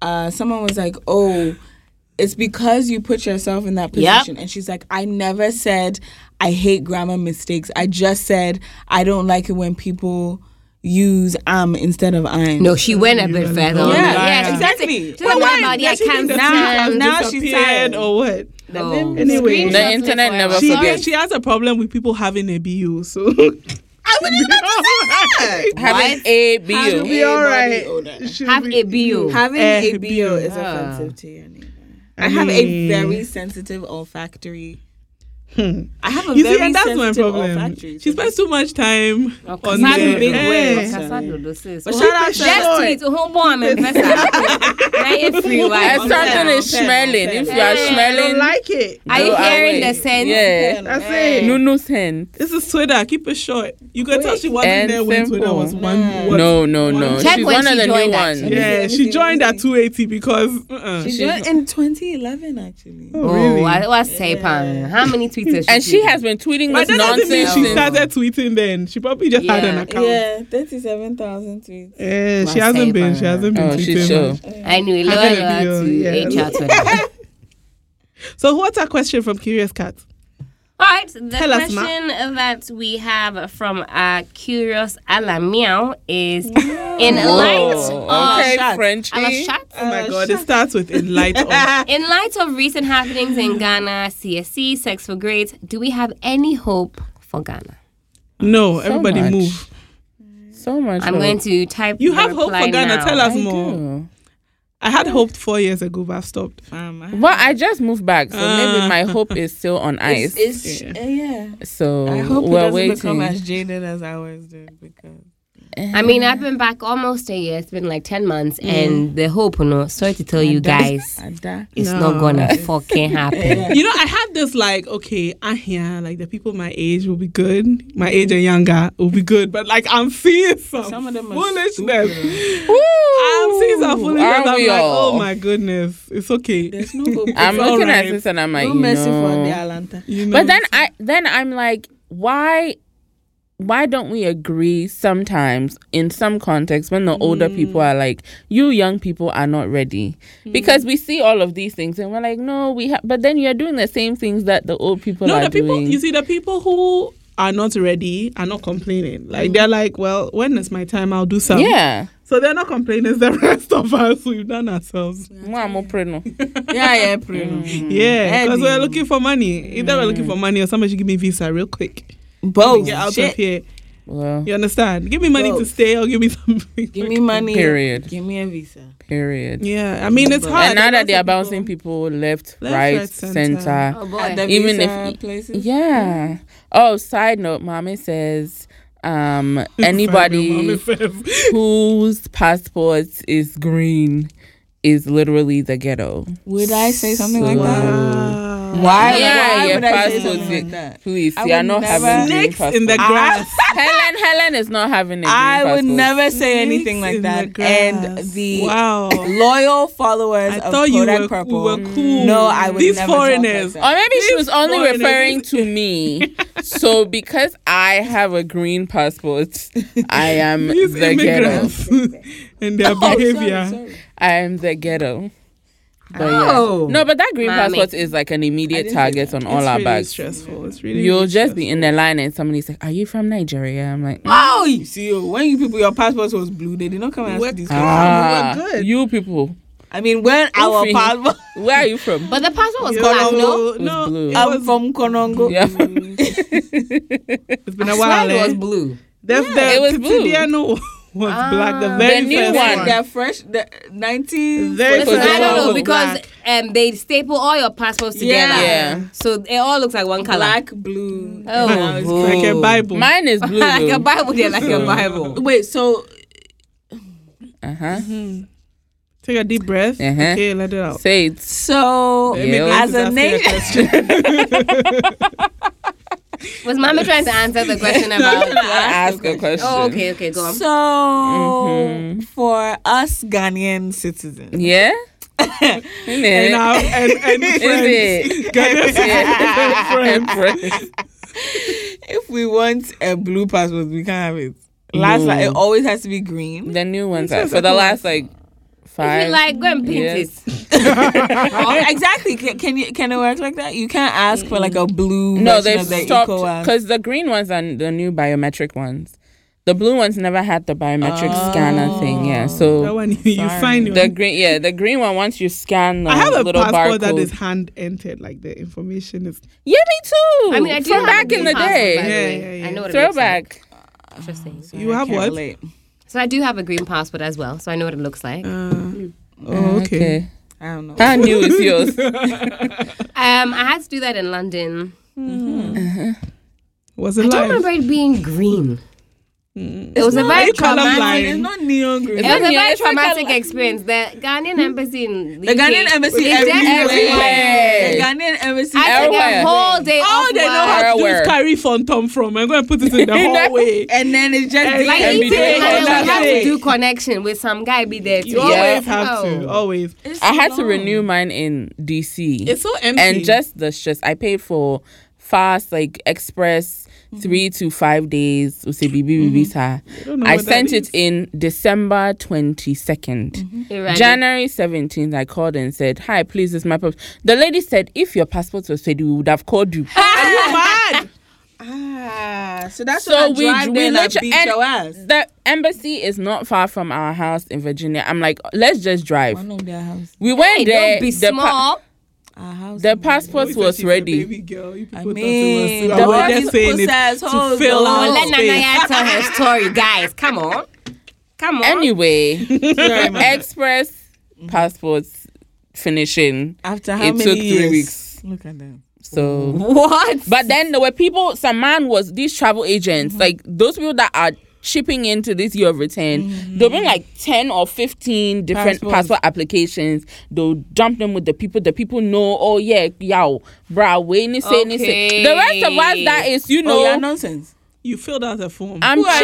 S4: uh, someone was like, "Oh, it's because you put yourself in that
S2: Yep.
S4: position." And she's like, "I never said I hate grammar mistakes. I just said I don't like it when people use am instead of I'm."
S2: no, she went a bit further. on
S4: Yeah,
S2: that.
S4: yeah,
S2: she said-
S4: exactly.
S2: She said,
S3: Why?
S2: "What about it?
S3: Does
S2: I
S3: she think
S2: can't
S3: the
S4: now-
S3: tea has
S4: now she's
S3: disappeared
S4: tired.
S3: or what?
S2: Oh.
S3: Anyway,
S5: The internet never
S3: she,
S5: forgets.
S3: she has a problem with people having a BU, so I wouldn't
S5: Having a
S4: Having
S5: BU.
S3: be all
S4: Anybody
S3: right.
S4: older.
S3: It should
S2: Have
S3: be-
S2: a BU.
S4: Having
S3: Eh,
S4: a BO is
S2: yeah.
S4: offensive to your neighbor. I have a
S3: mean- hmm.
S4: very sensitive olfactory. I have a
S3: You
S4: very
S3: see, and that's my
S4: sensitive
S3: problem.
S4: olfactory.
S3: She spends too much time on
S4: Not in
S3: the-
S4: big ways.
S3: Eh.
S2: But
S4: shout out to
S2: Just tweet, homeboy, I'm in
S5: And
S2: Are
S5: something is smelling. If you are
S2: Yeah.
S3: I don't
S5: smelling,
S3: like it.
S2: you
S5: Go
S2: hearing
S5: away.
S2: the scent?
S5: yeah.
S3: That's it.
S5: Nunu scent.
S3: Eh. This is Twitter. Keep it short. You can tell she wasn't
S5: and
S3: there when Twitter
S5: simple.
S3: was one. was-
S5: No, no, no.
S2: Check
S5: She's
S2: when
S5: one of
S2: she
S5: the new
S2: joined,
S5: ones.
S2: actually.
S3: Yeah, she joined at 280 because. Uh,
S4: She joined in 2011, actually.
S3: oh,
S2: Oh,
S3: really?
S2: what, what's Saipan? How many tweets has she
S5: And she
S2: tweeted?
S5: has been tweeting
S3: But
S5: this
S3: that doesn't mean
S5: nonsense.
S3: she
S5: since-
S3: started tweeting then. She probably just had an
S2: Yeah.
S3: account. Yeah,
S4: Yeah, 37,000 tweets.
S3: she hasn't been. She hasn't been
S5: Oh,
S3: tweeting.
S5: she's sure.
S3: much.
S2: Anyway,
S3: How
S2: lower
S3: can it
S2: her
S3: be, oh,
S2: to
S3: yeah.
S2: HR Twitter.
S3: So, what's our question from Curious Cat?
S2: All right, the
S3: Tell us, Ma.
S2: question that we have from uh, Curious Alamiao is in
S5: Whoa.
S2: light
S5: Oh,
S2: Oh,
S5: Okay,
S2: of...
S5: Frenchie.
S2: Ala Shat?
S3: Oh my God! It starts with in light of.
S2: In light of recent happenings in Ghana, CSC, Sex for Grades, do we have any hope for Ghana?
S3: No, everybody
S5: much.
S3: move.
S5: So much.
S2: I'm going to type.
S3: You
S2: the
S3: have hope
S2: reply
S3: for Ghana.
S2: now.
S3: Tell us
S5: I
S3: more.
S5: do.
S3: I had hoped four years ago, but I've stopped.
S4: Um, I-
S5: Well, I just moved back, so
S3: Uh.
S5: maybe my hope is still on ice.
S4: It's, it's, yeah. yeah.
S5: so
S4: I hope it
S5: Mm, we're
S4: doesn't
S5: waiting.
S4: become as jaded as I was doing because
S2: I mean, I've been back almost a year. It's been like 10 months. And the hope, no, sorry to tell you guys,
S4: Ada.
S2: it's
S3: No.
S2: not going to fucking happen.
S3: You know, I had this like, okay, I hear like the people my age will be good, my age and younger will be good, but like I'm seeing some,
S4: Some of them are
S3: foolishness. I'm seeing some foolishness.
S5: aren't
S3: I'm
S5: we
S3: like,
S5: all?
S3: oh my goodness, it's okay.
S4: There's no hope.
S5: I'm
S3: It's
S5: looking at
S3: alright.
S5: this and I'm like,
S4: no
S5: you
S4: mercy for the
S5: know.
S4: Atlanta.
S3: You know,
S5: But then I then I'm like, why why don't we agree sometimes in some contexts when the older people
S3: Mm.
S5: are like, you young people are not ready? Because we see all of these things and we're like, no, we have but then you're doing the same things that the old people
S3: no,
S5: are
S3: the people
S5: doing.
S3: you see, the people who are not ready are not complaining. Like they're like, well, when is my time? I'll do something.
S5: yeah.
S3: So they're not complaining. It's the rest of us. We've done ourselves.
S5: Mwa mo preno.
S4: Yeah, yeah, pretty.
S3: Yeah, because we're
S4: Eddie.
S3: looking for money. Either we're
S4: Mm.
S3: looking for money or somebody should give me visa real quick.
S5: Oh,
S4: Both.
S3: Get out
S4: Shit.
S3: of here.
S5: Well,
S3: You understand? Give me money to
S4: Both.
S3: stay or give me something.
S4: Give me money.
S5: Period.
S4: Give me a visa.
S5: period.
S3: Yeah, I mean it's hard.
S5: And now that they are
S3: Lots of
S5: bouncing
S3: people-
S5: people left,
S3: Left,
S5: right,
S3: right,
S5: center.
S3: center.
S2: Oh,
S4: At
S2: boy.
S4: the
S5: Even
S4: visa
S5: if-
S4: places.
S5: Yeah. Oh, side note, mommy says um
S3: Sorry,
S5: anybody
S3: Mama Fev.
S5: whose passport is green is literally the ghetto.
S4: Would I say something like
S5: So-
S4: that?
S3: Wow.
S4: Why?
S5: yeah,
S4: why
S5: your
S4: would I say
S5: passport
S4: something
S5: is
S4: like that?
S5: please.
S4: I
S5: You are
S4: would
S5: not
S4: never-
S5: having green
S3: Snakes in the
S5: passport.
S3: grass.
S5: Helen Helen is not having a green
S4: I would
S5: passport.
S4: never say anything
S3: Snakes
S4: like
S3: in
S4: that.
S3: the
S4: and
S3: grass.
S4: the
S3: wow.
S4: Oh. loyal followers
S3: I
S4: of
S3: thought you
S4: Kodak
S3: were,
S4: Purple. Mm.
S3: we were cool.
S4: No, I would
S3: These
S4: never talk like
S3: foreigners.
S4: that.
S5: Or maybe she was only
S3: foreigners.
S5: referring to me. so because I have a green passport, I am
S3: These
S5: the ghetto.
S3: immigrants and their
S4: Oh,
S3: behavior.
S5: I am the ghetto. But
S2: Oh.
S5: yeah. No, but that green
S2: Mommy.
S5: passport is like an immediate target on all
S3: it's
S5: our
S3: really
S5: backs.
S3: stressful. It's really
S5: You'll
S3: really
S5: just be in the line and somebody's like, Are you from Nigeria? I'm like,
S3: Ah.
S4: Oh, you see, oh, when you people, your passport was blue. They did not come and
S3: What-
S4: ask you this.
S5: Ah,
S3: good.
S5: you people.
S4: I mean, when our
S5: Oofy.
S4: passport,
S5: Where are you from?
S2: But the passport was
S3: stressful.
S2: black, no?
S5: It was
S3: no,
S5: blue.
S3: it
S4: I'm
S3: was-
S4: from Konongo.
S5: Yeah.
S3: it's been a while.
S2: Mine
S3: eh?
S2: was blue.
S3: The, the
S5: it was
S3: Pitidiano was black. The very
S5: The new
S3: first
S5: one.
S4: They're fresh. The 19.
S3: Very
S2: Listen,
S5: was
S2: I
S5: black.
S2: don't know
S5: Was
S2: because um, they staple all your passports together.
S4: Yeah.
S5: Yeah.
S2: So it all looks like one color.
S4: Black, blue.
S2: Oh,
S4: Now it's
S2: boy.
S3: like a
S2: Oh.
S3: Bible.
S5: Mine is blue.
S2: like a
S5: though.
S2: Bible, they're like a Bible.
S4: Wait, so
S5: Uh-huh.
S3: Take a deep breath.
S5: Uh-huh.
S3: Mm-hmm. Okay, let it out.
S5: Say it.
S4: so
S5: Yeah.
S4: as a nation,
S2: Was Mama trying to answer the question about?
S5: Ask a question.
S2: oh, okay, okay, go on.
S4: so Mm-hmm. for us Ghanaian citizens,
S5: Yeah? Isn't it?
S3: And, our, and, and friends.
S5: Is it?
S3: Ghana
S5: And
S3: friends.
S5: friends.
S4: if we want a blue passport, we can't have it. Last,
S5: No.
S4: like, it always has to be green.
S5: The new ones are for the last like
S2: If
S5: five.
S2: you like, go and paint
S5: Yes.
S2: it.
S4: Oh, exactly. Can, can you can it work like that? You can't ask for like a blue.
S5: No,
S4: version
S5: they've
S4: of the
S5: stopped
S4: ECOWAS.
S5: because the green ones are the new biometric ones. The blue ones never had the biometric scanner thing. Yeah,
S3: Oh. That
S5: so
S3: one, you sign your.
S5: the green, yeah, the green one. Once you scan the
S3: I have a
S5: little
S3: passport
S5: barcode,
S3: that is hand entered. Like the information is.
S5: yeah, me too.
S2: I mean, I do have
S5: from back
S2: a green
S5: in the
S2: passport, by the
S5: day.
S2: way.
S3: Yeah, yeah, yeah.
S2: I know what it looks like.
S5: Throwback.
S2: Interesting.
S3: You have
S4: Can't
S3: what?
S4: relate.
S2: So I do have a green passport as well, so I know what it looks like. Um,
S3: Uh, Oh, okay.
S5: Mm. Okay,
S4: I don't know.
S5: I knew it's yours.
S2: I had to do that in London.
S3: Was it
S2: I don't
S3: live?
S2: remember it being green. It was a very
S3: Mm. It's not
S2: traumatic.
S3: colorblind.
S4: It's not neon green.
S2: It was a
S5: Yeah,
S2: very
S5: it's like
S2: traumatic experience. The
S3: Hmm?
S2: Ghanaian embassy in the,
S4: The
S2: UK,
S4: Ghanaian embassy
S2: they
S4: everywhere.
S2: just-
S5: everywhere.
S4: The Ghanaian embassy
S2: I took
S5: Everywhere.
S2: a whole day
S3: All
S2: off
S3: Oh, they know
S2: work.
S3: how to do
S5: Everywhere.
S3: is carry phantom from. I'm going to put it in the hallway.
S4: and then it's just
S3: Every-
S2: Like
S3: Can be
S2: even
S3: doing
S2: in London,
S3: all
S2: we have
S3: day.
S2: to do connection with some guy be there.
S3: You
S2: too.
S5: Yeah.
S3: always have to.
S2: Oh.
S3: Always.
S5: I had to renew mine in DC.
S3: It's so empty.
S5: and just the stress I paid for fast like express three to five days usebi visa.
S3: Mm-hmm. don't know
S5: I
S3: what that
S5: sent it
S3: is. Mm-hmm.
S5: in December twenty
S2: Irrelevant.
S5: January seventeenth. I called and said, "Hi, please, this is my passport." The lady said, "If your passport was ready, we would have called you."
S3: Are you mad?
S4: Ah, so that's
S5: So
S4: so
S5: we-
S4: we drive
S5: we
S4: there and I
S5: literally-
S4: beat
S5: and-
S4: your ass.
S5: the embassy is not far from our house in Virginia. I'm like, let's just drive.
S4: One of their house.
S5: We went
S2: Hey,
S5: there.
S2: don't be
S5: the, pa-
S2: small.
S4: Our house.
S5: the passport
S3: Always said
S5: was
S3: she's a
S5: ready.
S3: Baby girl. You
S4: I
S3: people
S4: mean,
S3: thought it was.
S5: work
S3: I was
S5: is
S3: just saying it
S4: process,
S3: to
S4: hold
S3: fill
S4: on.
S2: Oh,
S3: out
S2: let
S3: space.
S2: Nanaya tell her story, guys. Come on. Come on.
S5: Anyway,
S4: Sorry, my bad.
S5: Express passports finishing.
S4: After how
S5: it
S4: many
S5: took
S4: years?
S5: three weeks.
S4: Look at them.
S5: So
S2: What?
S5: But then there were people, some man was these travel agents, like those people that are chipping into this year of return, they'll bring like 10 or 15 different
S4: Passports.
S5: passport applications. They'll dump them with the people. The people know, oh, yeah, yow, brah, when is say, ni say. The rest of us, that is, you know,
S4: Oh, yeah, nonsense.
S3: You filled out a form.
S2: are
S5: I'm
S2: you?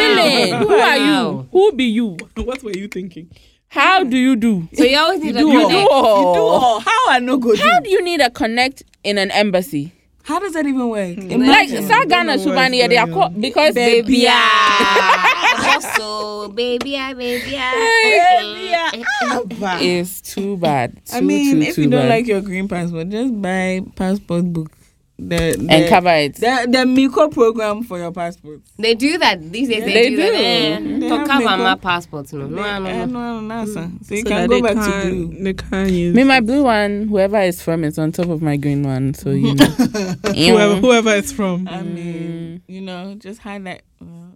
S5: chilling. Who are you?
S2: Wow.
S5: Who be you?
S3: what were you thinking?
S5: How do you do?
S2: so you always need a
S5: You do
S2: connect.
S5: all.
S4: Oh, how I no go do?
S5: How do you need a connect in an embassy?
S4: How does that even work?
S5: Like,
S4: Imagine.
S5: Sir Ghana
S3: know what's
S5: Subani, they are
S3: going
S5: called because
S2: Baby, yeah. also, baby, I, baby, yeah.
S5: It's too bad. Too,
S4: ah. I mean,
S5: too,
S4: if
S5: too
S4: you don't
S5: bad.
S4: like your green passport, just buy passport book. The, the,
S5: and cover it.
S4: the, the Miko program for your passport.
S2: They do that these days. They,
S5: They
S2: do.
S5: do.
S2: That. Eh,
S4: They
S2: to
S4: have
S2: cover
S4: makeup.
S2: my passport, no, no, no, no.
S4: Eh, no, no, no, sir. So you
S3: So
S4: can
S3: that
S4: go
S3: they
S4: back to
S3: can't-
S4: blue.
S3: They can't use
S5: Me, my blue one, whoever is from, is on top of my green one, so you know.
S3: whoever,
S5: Ew.
S3: whoever it's from.
S4: I mean, you know, just highlight. Well,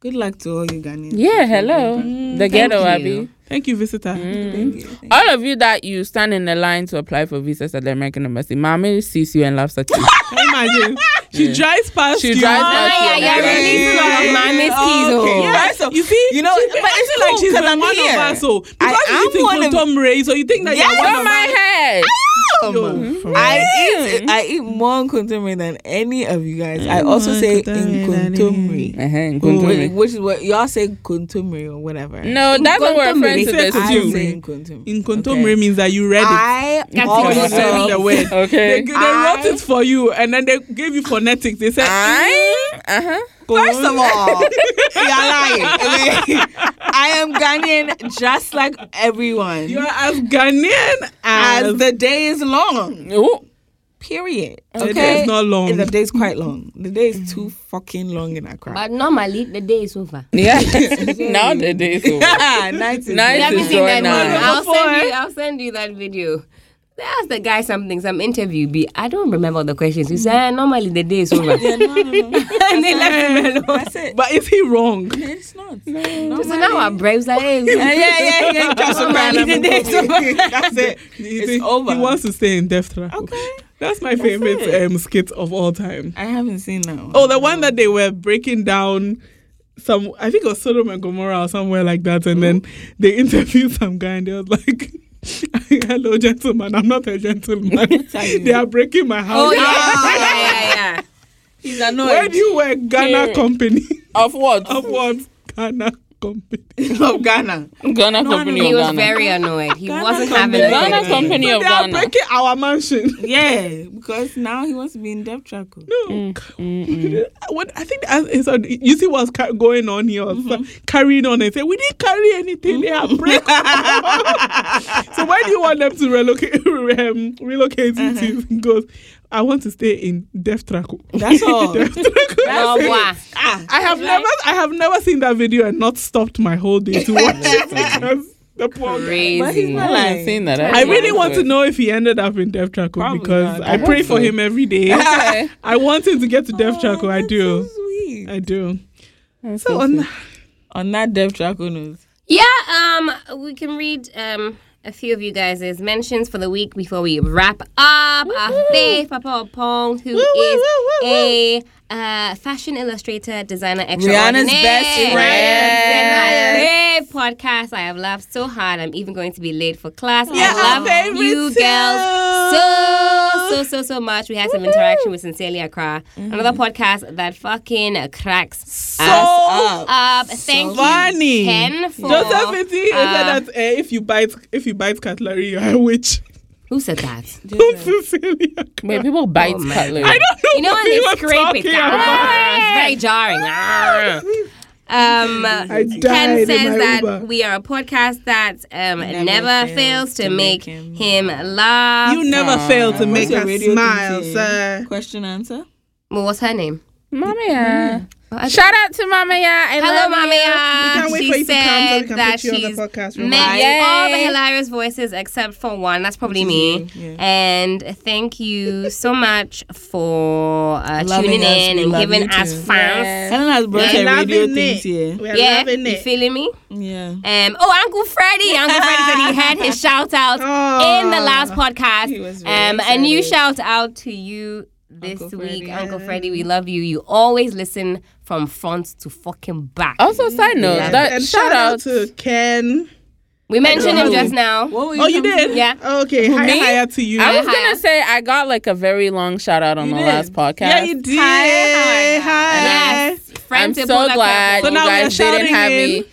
S4: good luck to all you Ghanaians.
S5: yeah, hello, the ghetto
S2: thank you.
S5: Abby.
S3: Thank you, visitor.
S4: Thank you. Mm, Thank
S5: All of you that you stand in the line to apply for visas at the American Embassy, mommy sees you and laughs at you.
S3: Imagine. She drives past
S5: She
S3: you.
S5: drives past
S2: Ah, yeah,
S5: you.
S2: yeah,
S5: Yeah.
S2: releasing all of my miss keys.
S4: you.
S2: oh.
S4: Yeah, so,
S3: You see,
S4: You know,
S3: she's
S4: but
S3: acting
S4: it's
S3: like
S4: cool,
S3: she's
S4: 'cause
S3: been
S4: I'm
S3: one
S4: here.
S3: of us. So because
S4: I am
S3: you think
S4: one
S3: we're
S4: of-
S3: Tom Ray, so you think that
S4: Yes.
S3: you're one
S5: Where
S3: of
S5: my
S3: us.
S5: head?
S4: Yo.
S3: Yo, from-
S4: I eat I eat more nkontomri than any of you guys. I
S2: Mm. Oh
S4: also say nkontomri,
S5: Uh-huh,
S4: whi-
S5: Nkuntumri.
S4: which is what y'all say nkontomri or whatever.
S5: No, that's what we're referring to the
S3: Nkuntumri.
S4: I
S3: stew.
S5: stew.
S4: say nkontomri.
S3: In Contomre means that you read it.
S4: I
S2: That's
S4: also
S2: it.
S3: That's the word. They,
S5: Okay.
S3: they
S4: I-
S3: wrote it for you and then they gave you phonetics. They said,
S5: I uh-huh.
S4: First of all, you're lying. Okay. I am Ghanaian just like everyone.
S3: You're as Ghanaian as.
S4: as the day is long.
S5: Ooh.
S4: Period.
S3: The
S4: Okay.
S3: day is not long.
S4: The day is quite long. The day is too fucking long in Accra.
S2: But normally the day is over.
S5: Yeah. now the day is over.
S4: Night is
S5: Night
S2: Let
S5: This
S2: me
S5: is
S2: see that video.
S5: going on.
S2: I'll send you. I'll send you that video. They asked the guy something, some interview. Be I don't remember all the questions. He said "Eh, normally the day is over, and they left him alone.
S4: That's it.
S3: but is he wrong?
S4: It's not.
S2: So now our braves are hey,
S4: Yeah, yeah, yeah, yeah. Just
S2: Normally the day is over.
S4: That's it.
S3: He-
S4: It's
S3: he-
S4: over.
S3: He wants to stay in Death Trap.
S4: Okay.
S3: That's my favorite
S4: it.
S3: um, skit of all time.
S4: I haven't seen that one.
S3: Oh, the one that they were breaking down some, I think it was Sodom and Gomorrah or somewhere like that. And then
S4: Mm-hmm.
S3: they interviewed some guy and they was like, Hello, gentleman. I'm not a gentleman. they are breaking my house.
S2: Oh yeah, yeah, yeah, yeah.
S4: He's annoyed.
S3: Where do you work? Ghana
S5: Period.
S3: Company.
S5: oh. Of what?
S3: of what? Ghana Company.
S4: Love Ghana.
S5: Ghana Company
S2: He
S5: of
S2: was
S5: Ghana.
S2: very annoyed. He wasn't having a
S5: Ghana
S2: good day.
S5: Company
S3: So
S5: of
S3: they are
S5: Ghana.
S3: breaking our mansion.
S4: Yeah, because now he wants to be in depth track.
S3: No.
S4: Mm,
S3: uh, What I think that is on, you see what's ca- going on here,
S4: Mm-hmm.
S3: so carrying on and say we didn't carry anything. They are break.
S4: Mm-hmm.
S3: so why do you want them to relocate? Um, relocate you to? He goes, I want to stay in Def Traco.
S4: Uh-huh. That's all.
S3: Def Traco.
S2: No, boy.
S3: I have never,
S5: Mm.
S3: I have never seen that video and not stopped my whole day to watch it. because the poor guy.
S4: But
S2: Crazy.
S4: he's not
S5: I haven't
S4: lying.
S5: seen that.
S3: I really
S5: haven't
S3: want to
S5: seen
S3: know if he ended up in Def Traco
S4: Probably
S3: because
S4: not.
S3: I,
S4: I
S3: pray
S5: hope
S3: for
S5: so.
S3: him every day.
S5: it. Okay.
S3: I wanted to get to Def Traco. I do.
S4: Oh, So sweet.
S3: I do.
S5: That's
S3: So on
S4: On that depth track news.
S2: Yeah, um, we can read um a few of you guys' mentions for the week before we wrap up. Our Faith Papa Opong, who is a uh, fashion illustrator, designer, extraordinaire.
S4: best
S2: Rihanna's
S4: friend.
S2: best friend. podcast. I have laughed so hard. I'm even going to be late for class.
S4: Yeah, our
S2: I love
S4: favorite
S2: you
S4: too.
S2: girls so so so so much. We had some interaction with Sincerely Accra,
S4: Mm-hmm.
S2: another podcast that fucking cracks so us
S4: up.
S2: up. Thank
S3: funny.
S2: you, Ken, for
S3: Joseph Fitty said
S2: uh,
S3: that uh, if you bite if you bite cutlery, you're a witch.
S2: Who said that?
S4: uh,
S3: Cecilia.
S5: Wait, people bite cutlery.
S3: Oh, I don't know.
S2: You know
S3: what
S2: when they
S3: you are
S2: scrape it.
S3: talking
S2: Ah,
S3: about.
S2: It's very jarring. Ah. Um,
S3: I died
S2: Ken
S3: in
S2: says
S3: my
S2: that
S3: Uber.
S2: we are a podcast that um, never, fails, to make him, laugh.
S3: You never fail to make
S4: What's your
S3: us
S4: radio
S3: smile,
S4: thing saying?
S3: sir.
S4: Question answer.
S3: Mm.
S2: well, what's her name?
S5: Mommy, yeah. Shout out to Mama Ya. I
S2: Hello,
S5: love
S2: Mama.
S5: you.
S2: Yah.
S3: can't wait
S2: She
S3: for you to come so we
S2: said
S3: can
S2: that
S3: put you on the
S2: she's
S3: podcast. Remember?
S2: met
S5: Yay.
S2: all the hilarious voices except for one. That's probably me.
S4: you, yeah.
S2: And thank you so much for uh,
S4: Loving
S2: tuning
S4: us.
S2: in
S4: We
S2: and
S4: love
S2: giving
S4: you
S2: us
S4: too.
S2: fans.
S4: Helen has brought
S3: We're
S4: her radio
S3: loving
S4: things
S3: it.
S4: here.
S3: We're
S2: Yeah,
S3: loving
S2: you
S3: it.
S2: feeling me?
S4: Yeah.
S2: Um, oh, Uncle Freddie. Uncle Freddie said he had his shout out
S3: Oh.
S2: in the last podcast.
S4: He was very
S2: um, a new
S4: excited.
S2: shout out to you this
S4: Uncle
S2: week,
S4: Freddie.
S2: Uncle Freddie. We love you. You always listen from front to fucking back.
S3: Mm.
S5: Also, side note,
S2: Yeah.
S5: that
S3: and
S5: shout, out
S3: to Ken.
S2: we mentioned him
S3: know.
S2: just now.
S4: What were
S3: Oh, you did?
S2: Yeah.
S3: Okay. Hi,
S5: me?
S3: hi to you.
S5: I was
S2: Hi.
S5: gonna say I got like a very long shout out on the
S3: did.
S5: last podcast.
S3: yeah, you did.
S2: Hi,
S3: Hi.
S2: Yes.
S5: I'm
S2: Friends
S5: so
S2: to Bola
S5: glad
S2: Kwebo.
S5: you
S3: now we are
S5: guys didn't
S3: shouting
S5: have
S3: in.
S5: me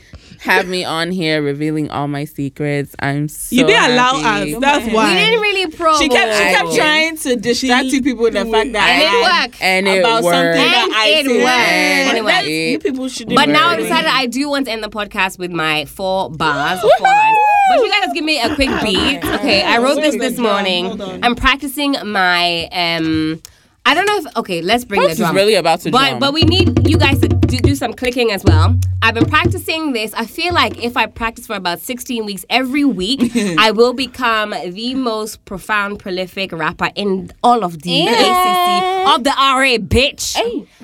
S5: have me on here revealing all my secrets. I'm so
S3: You didn't allow
S5: happy.
S3: us. That's
S2: we
S3: why.
S2: didn't really promo.
S3: She kept- she
S5: I
S3: kept
S5: did.
S4: trying to distract you people with the fact that
S2: And it
S4: I had
S2: worked.
S5: and it
S4: about
S5: worked.
S4: something that
S2: And
S4: I
S2: it
S4: said.
S2: worked.
S4: But
S5: And
S4: that's-
S5: it
S4: you people should.
S2: But now I
S5: Right.
S2: decided I do want to end the podcast with my four bars or four lines. But you guys give me a quick beat. Okay, I wrote this this morning. I'm practicing my um. I don't know if okay. Let's bring
S5: Pops
S2: the
S5: is
S2: drum.
S5: really about to
S2: but
S5: drum.
S2: but we need you guys to do, do some clicking as well. I've been practicing this. I feel like if I practice for about 16 weeks every week, I will become the most profound, prolific rapper in all of the ACC of the RA, bitch.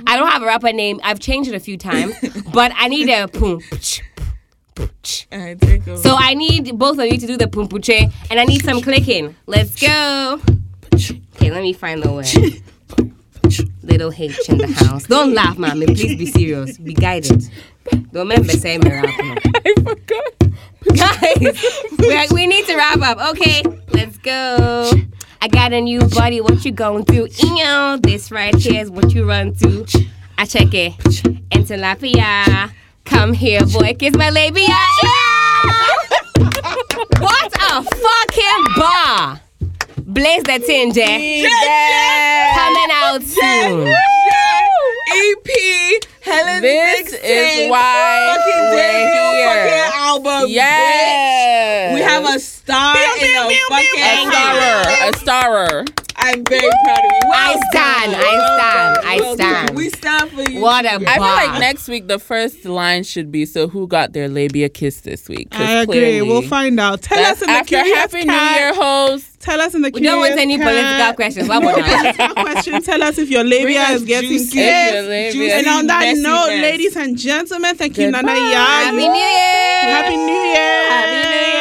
S2: I don't have a rapper name. I've changed it a few times, but I need a poom. pch, pch.
S4: I take over.
S2: So I need both of you to do the pumpuche, and I need some clicking. Let's go. Okay, let me find the word. Little H in the house. Don't laugh, mommy. Please be serious. Be guided. Don't remember saying me rap now.
S5: I forgot.
S2: Guys, we're like, we need to wrap up. Okay, let's go. I got a new body. What you going to do? Ew, this right here is what you run to. I check it. And tilapia. Come here, boy. Kiss my labia. Ew! what a fucking bar. Blaze the tin, Jay. Coming out soon.
S4: EP Helen
S5: This is why
S4: fucking
S5: we're
S4: debut
S5: here.
S4: fucking album.
S5: Yes.
S4: bitch. we have a star in a
S5: a
S4: fucking
S5: starer. A starer.
S4: I'm very proud of you.
S2: I stand. I stand. I
S4: Well done.
S2: stand.
S4: We stand for you.
S2: What a
S5: I
S2: bar.
S5: feel like next week the first line should be so who got their labia kissed this week? 'Cause
S3: I agree.
S5: clearly-
S3: we'll find out. Tell us
S5: That's
S3: in the
S5: after
S3: curious
S5: Happy
S3: cat.
S5: New Year, hoes.
S3: Tell us in the
S2: we don't want any political
S3: curious
S2: questions. One more time.
S3: cat. Political question. Tell us if your labia
S4: us
S3: is getting
S4: juicy.
S5: If your
S3: kissed.
S5: labia-
S4: juicy.
S3: And on that
S4: Messy
S3: note,
S4: mess.
S3: ladies and gentlemen, thank you, Nana
S5: Goodbye.
S3: Yai.
S2: Happy New Year!
S3: Happy New Year.
S2: Happy New Year!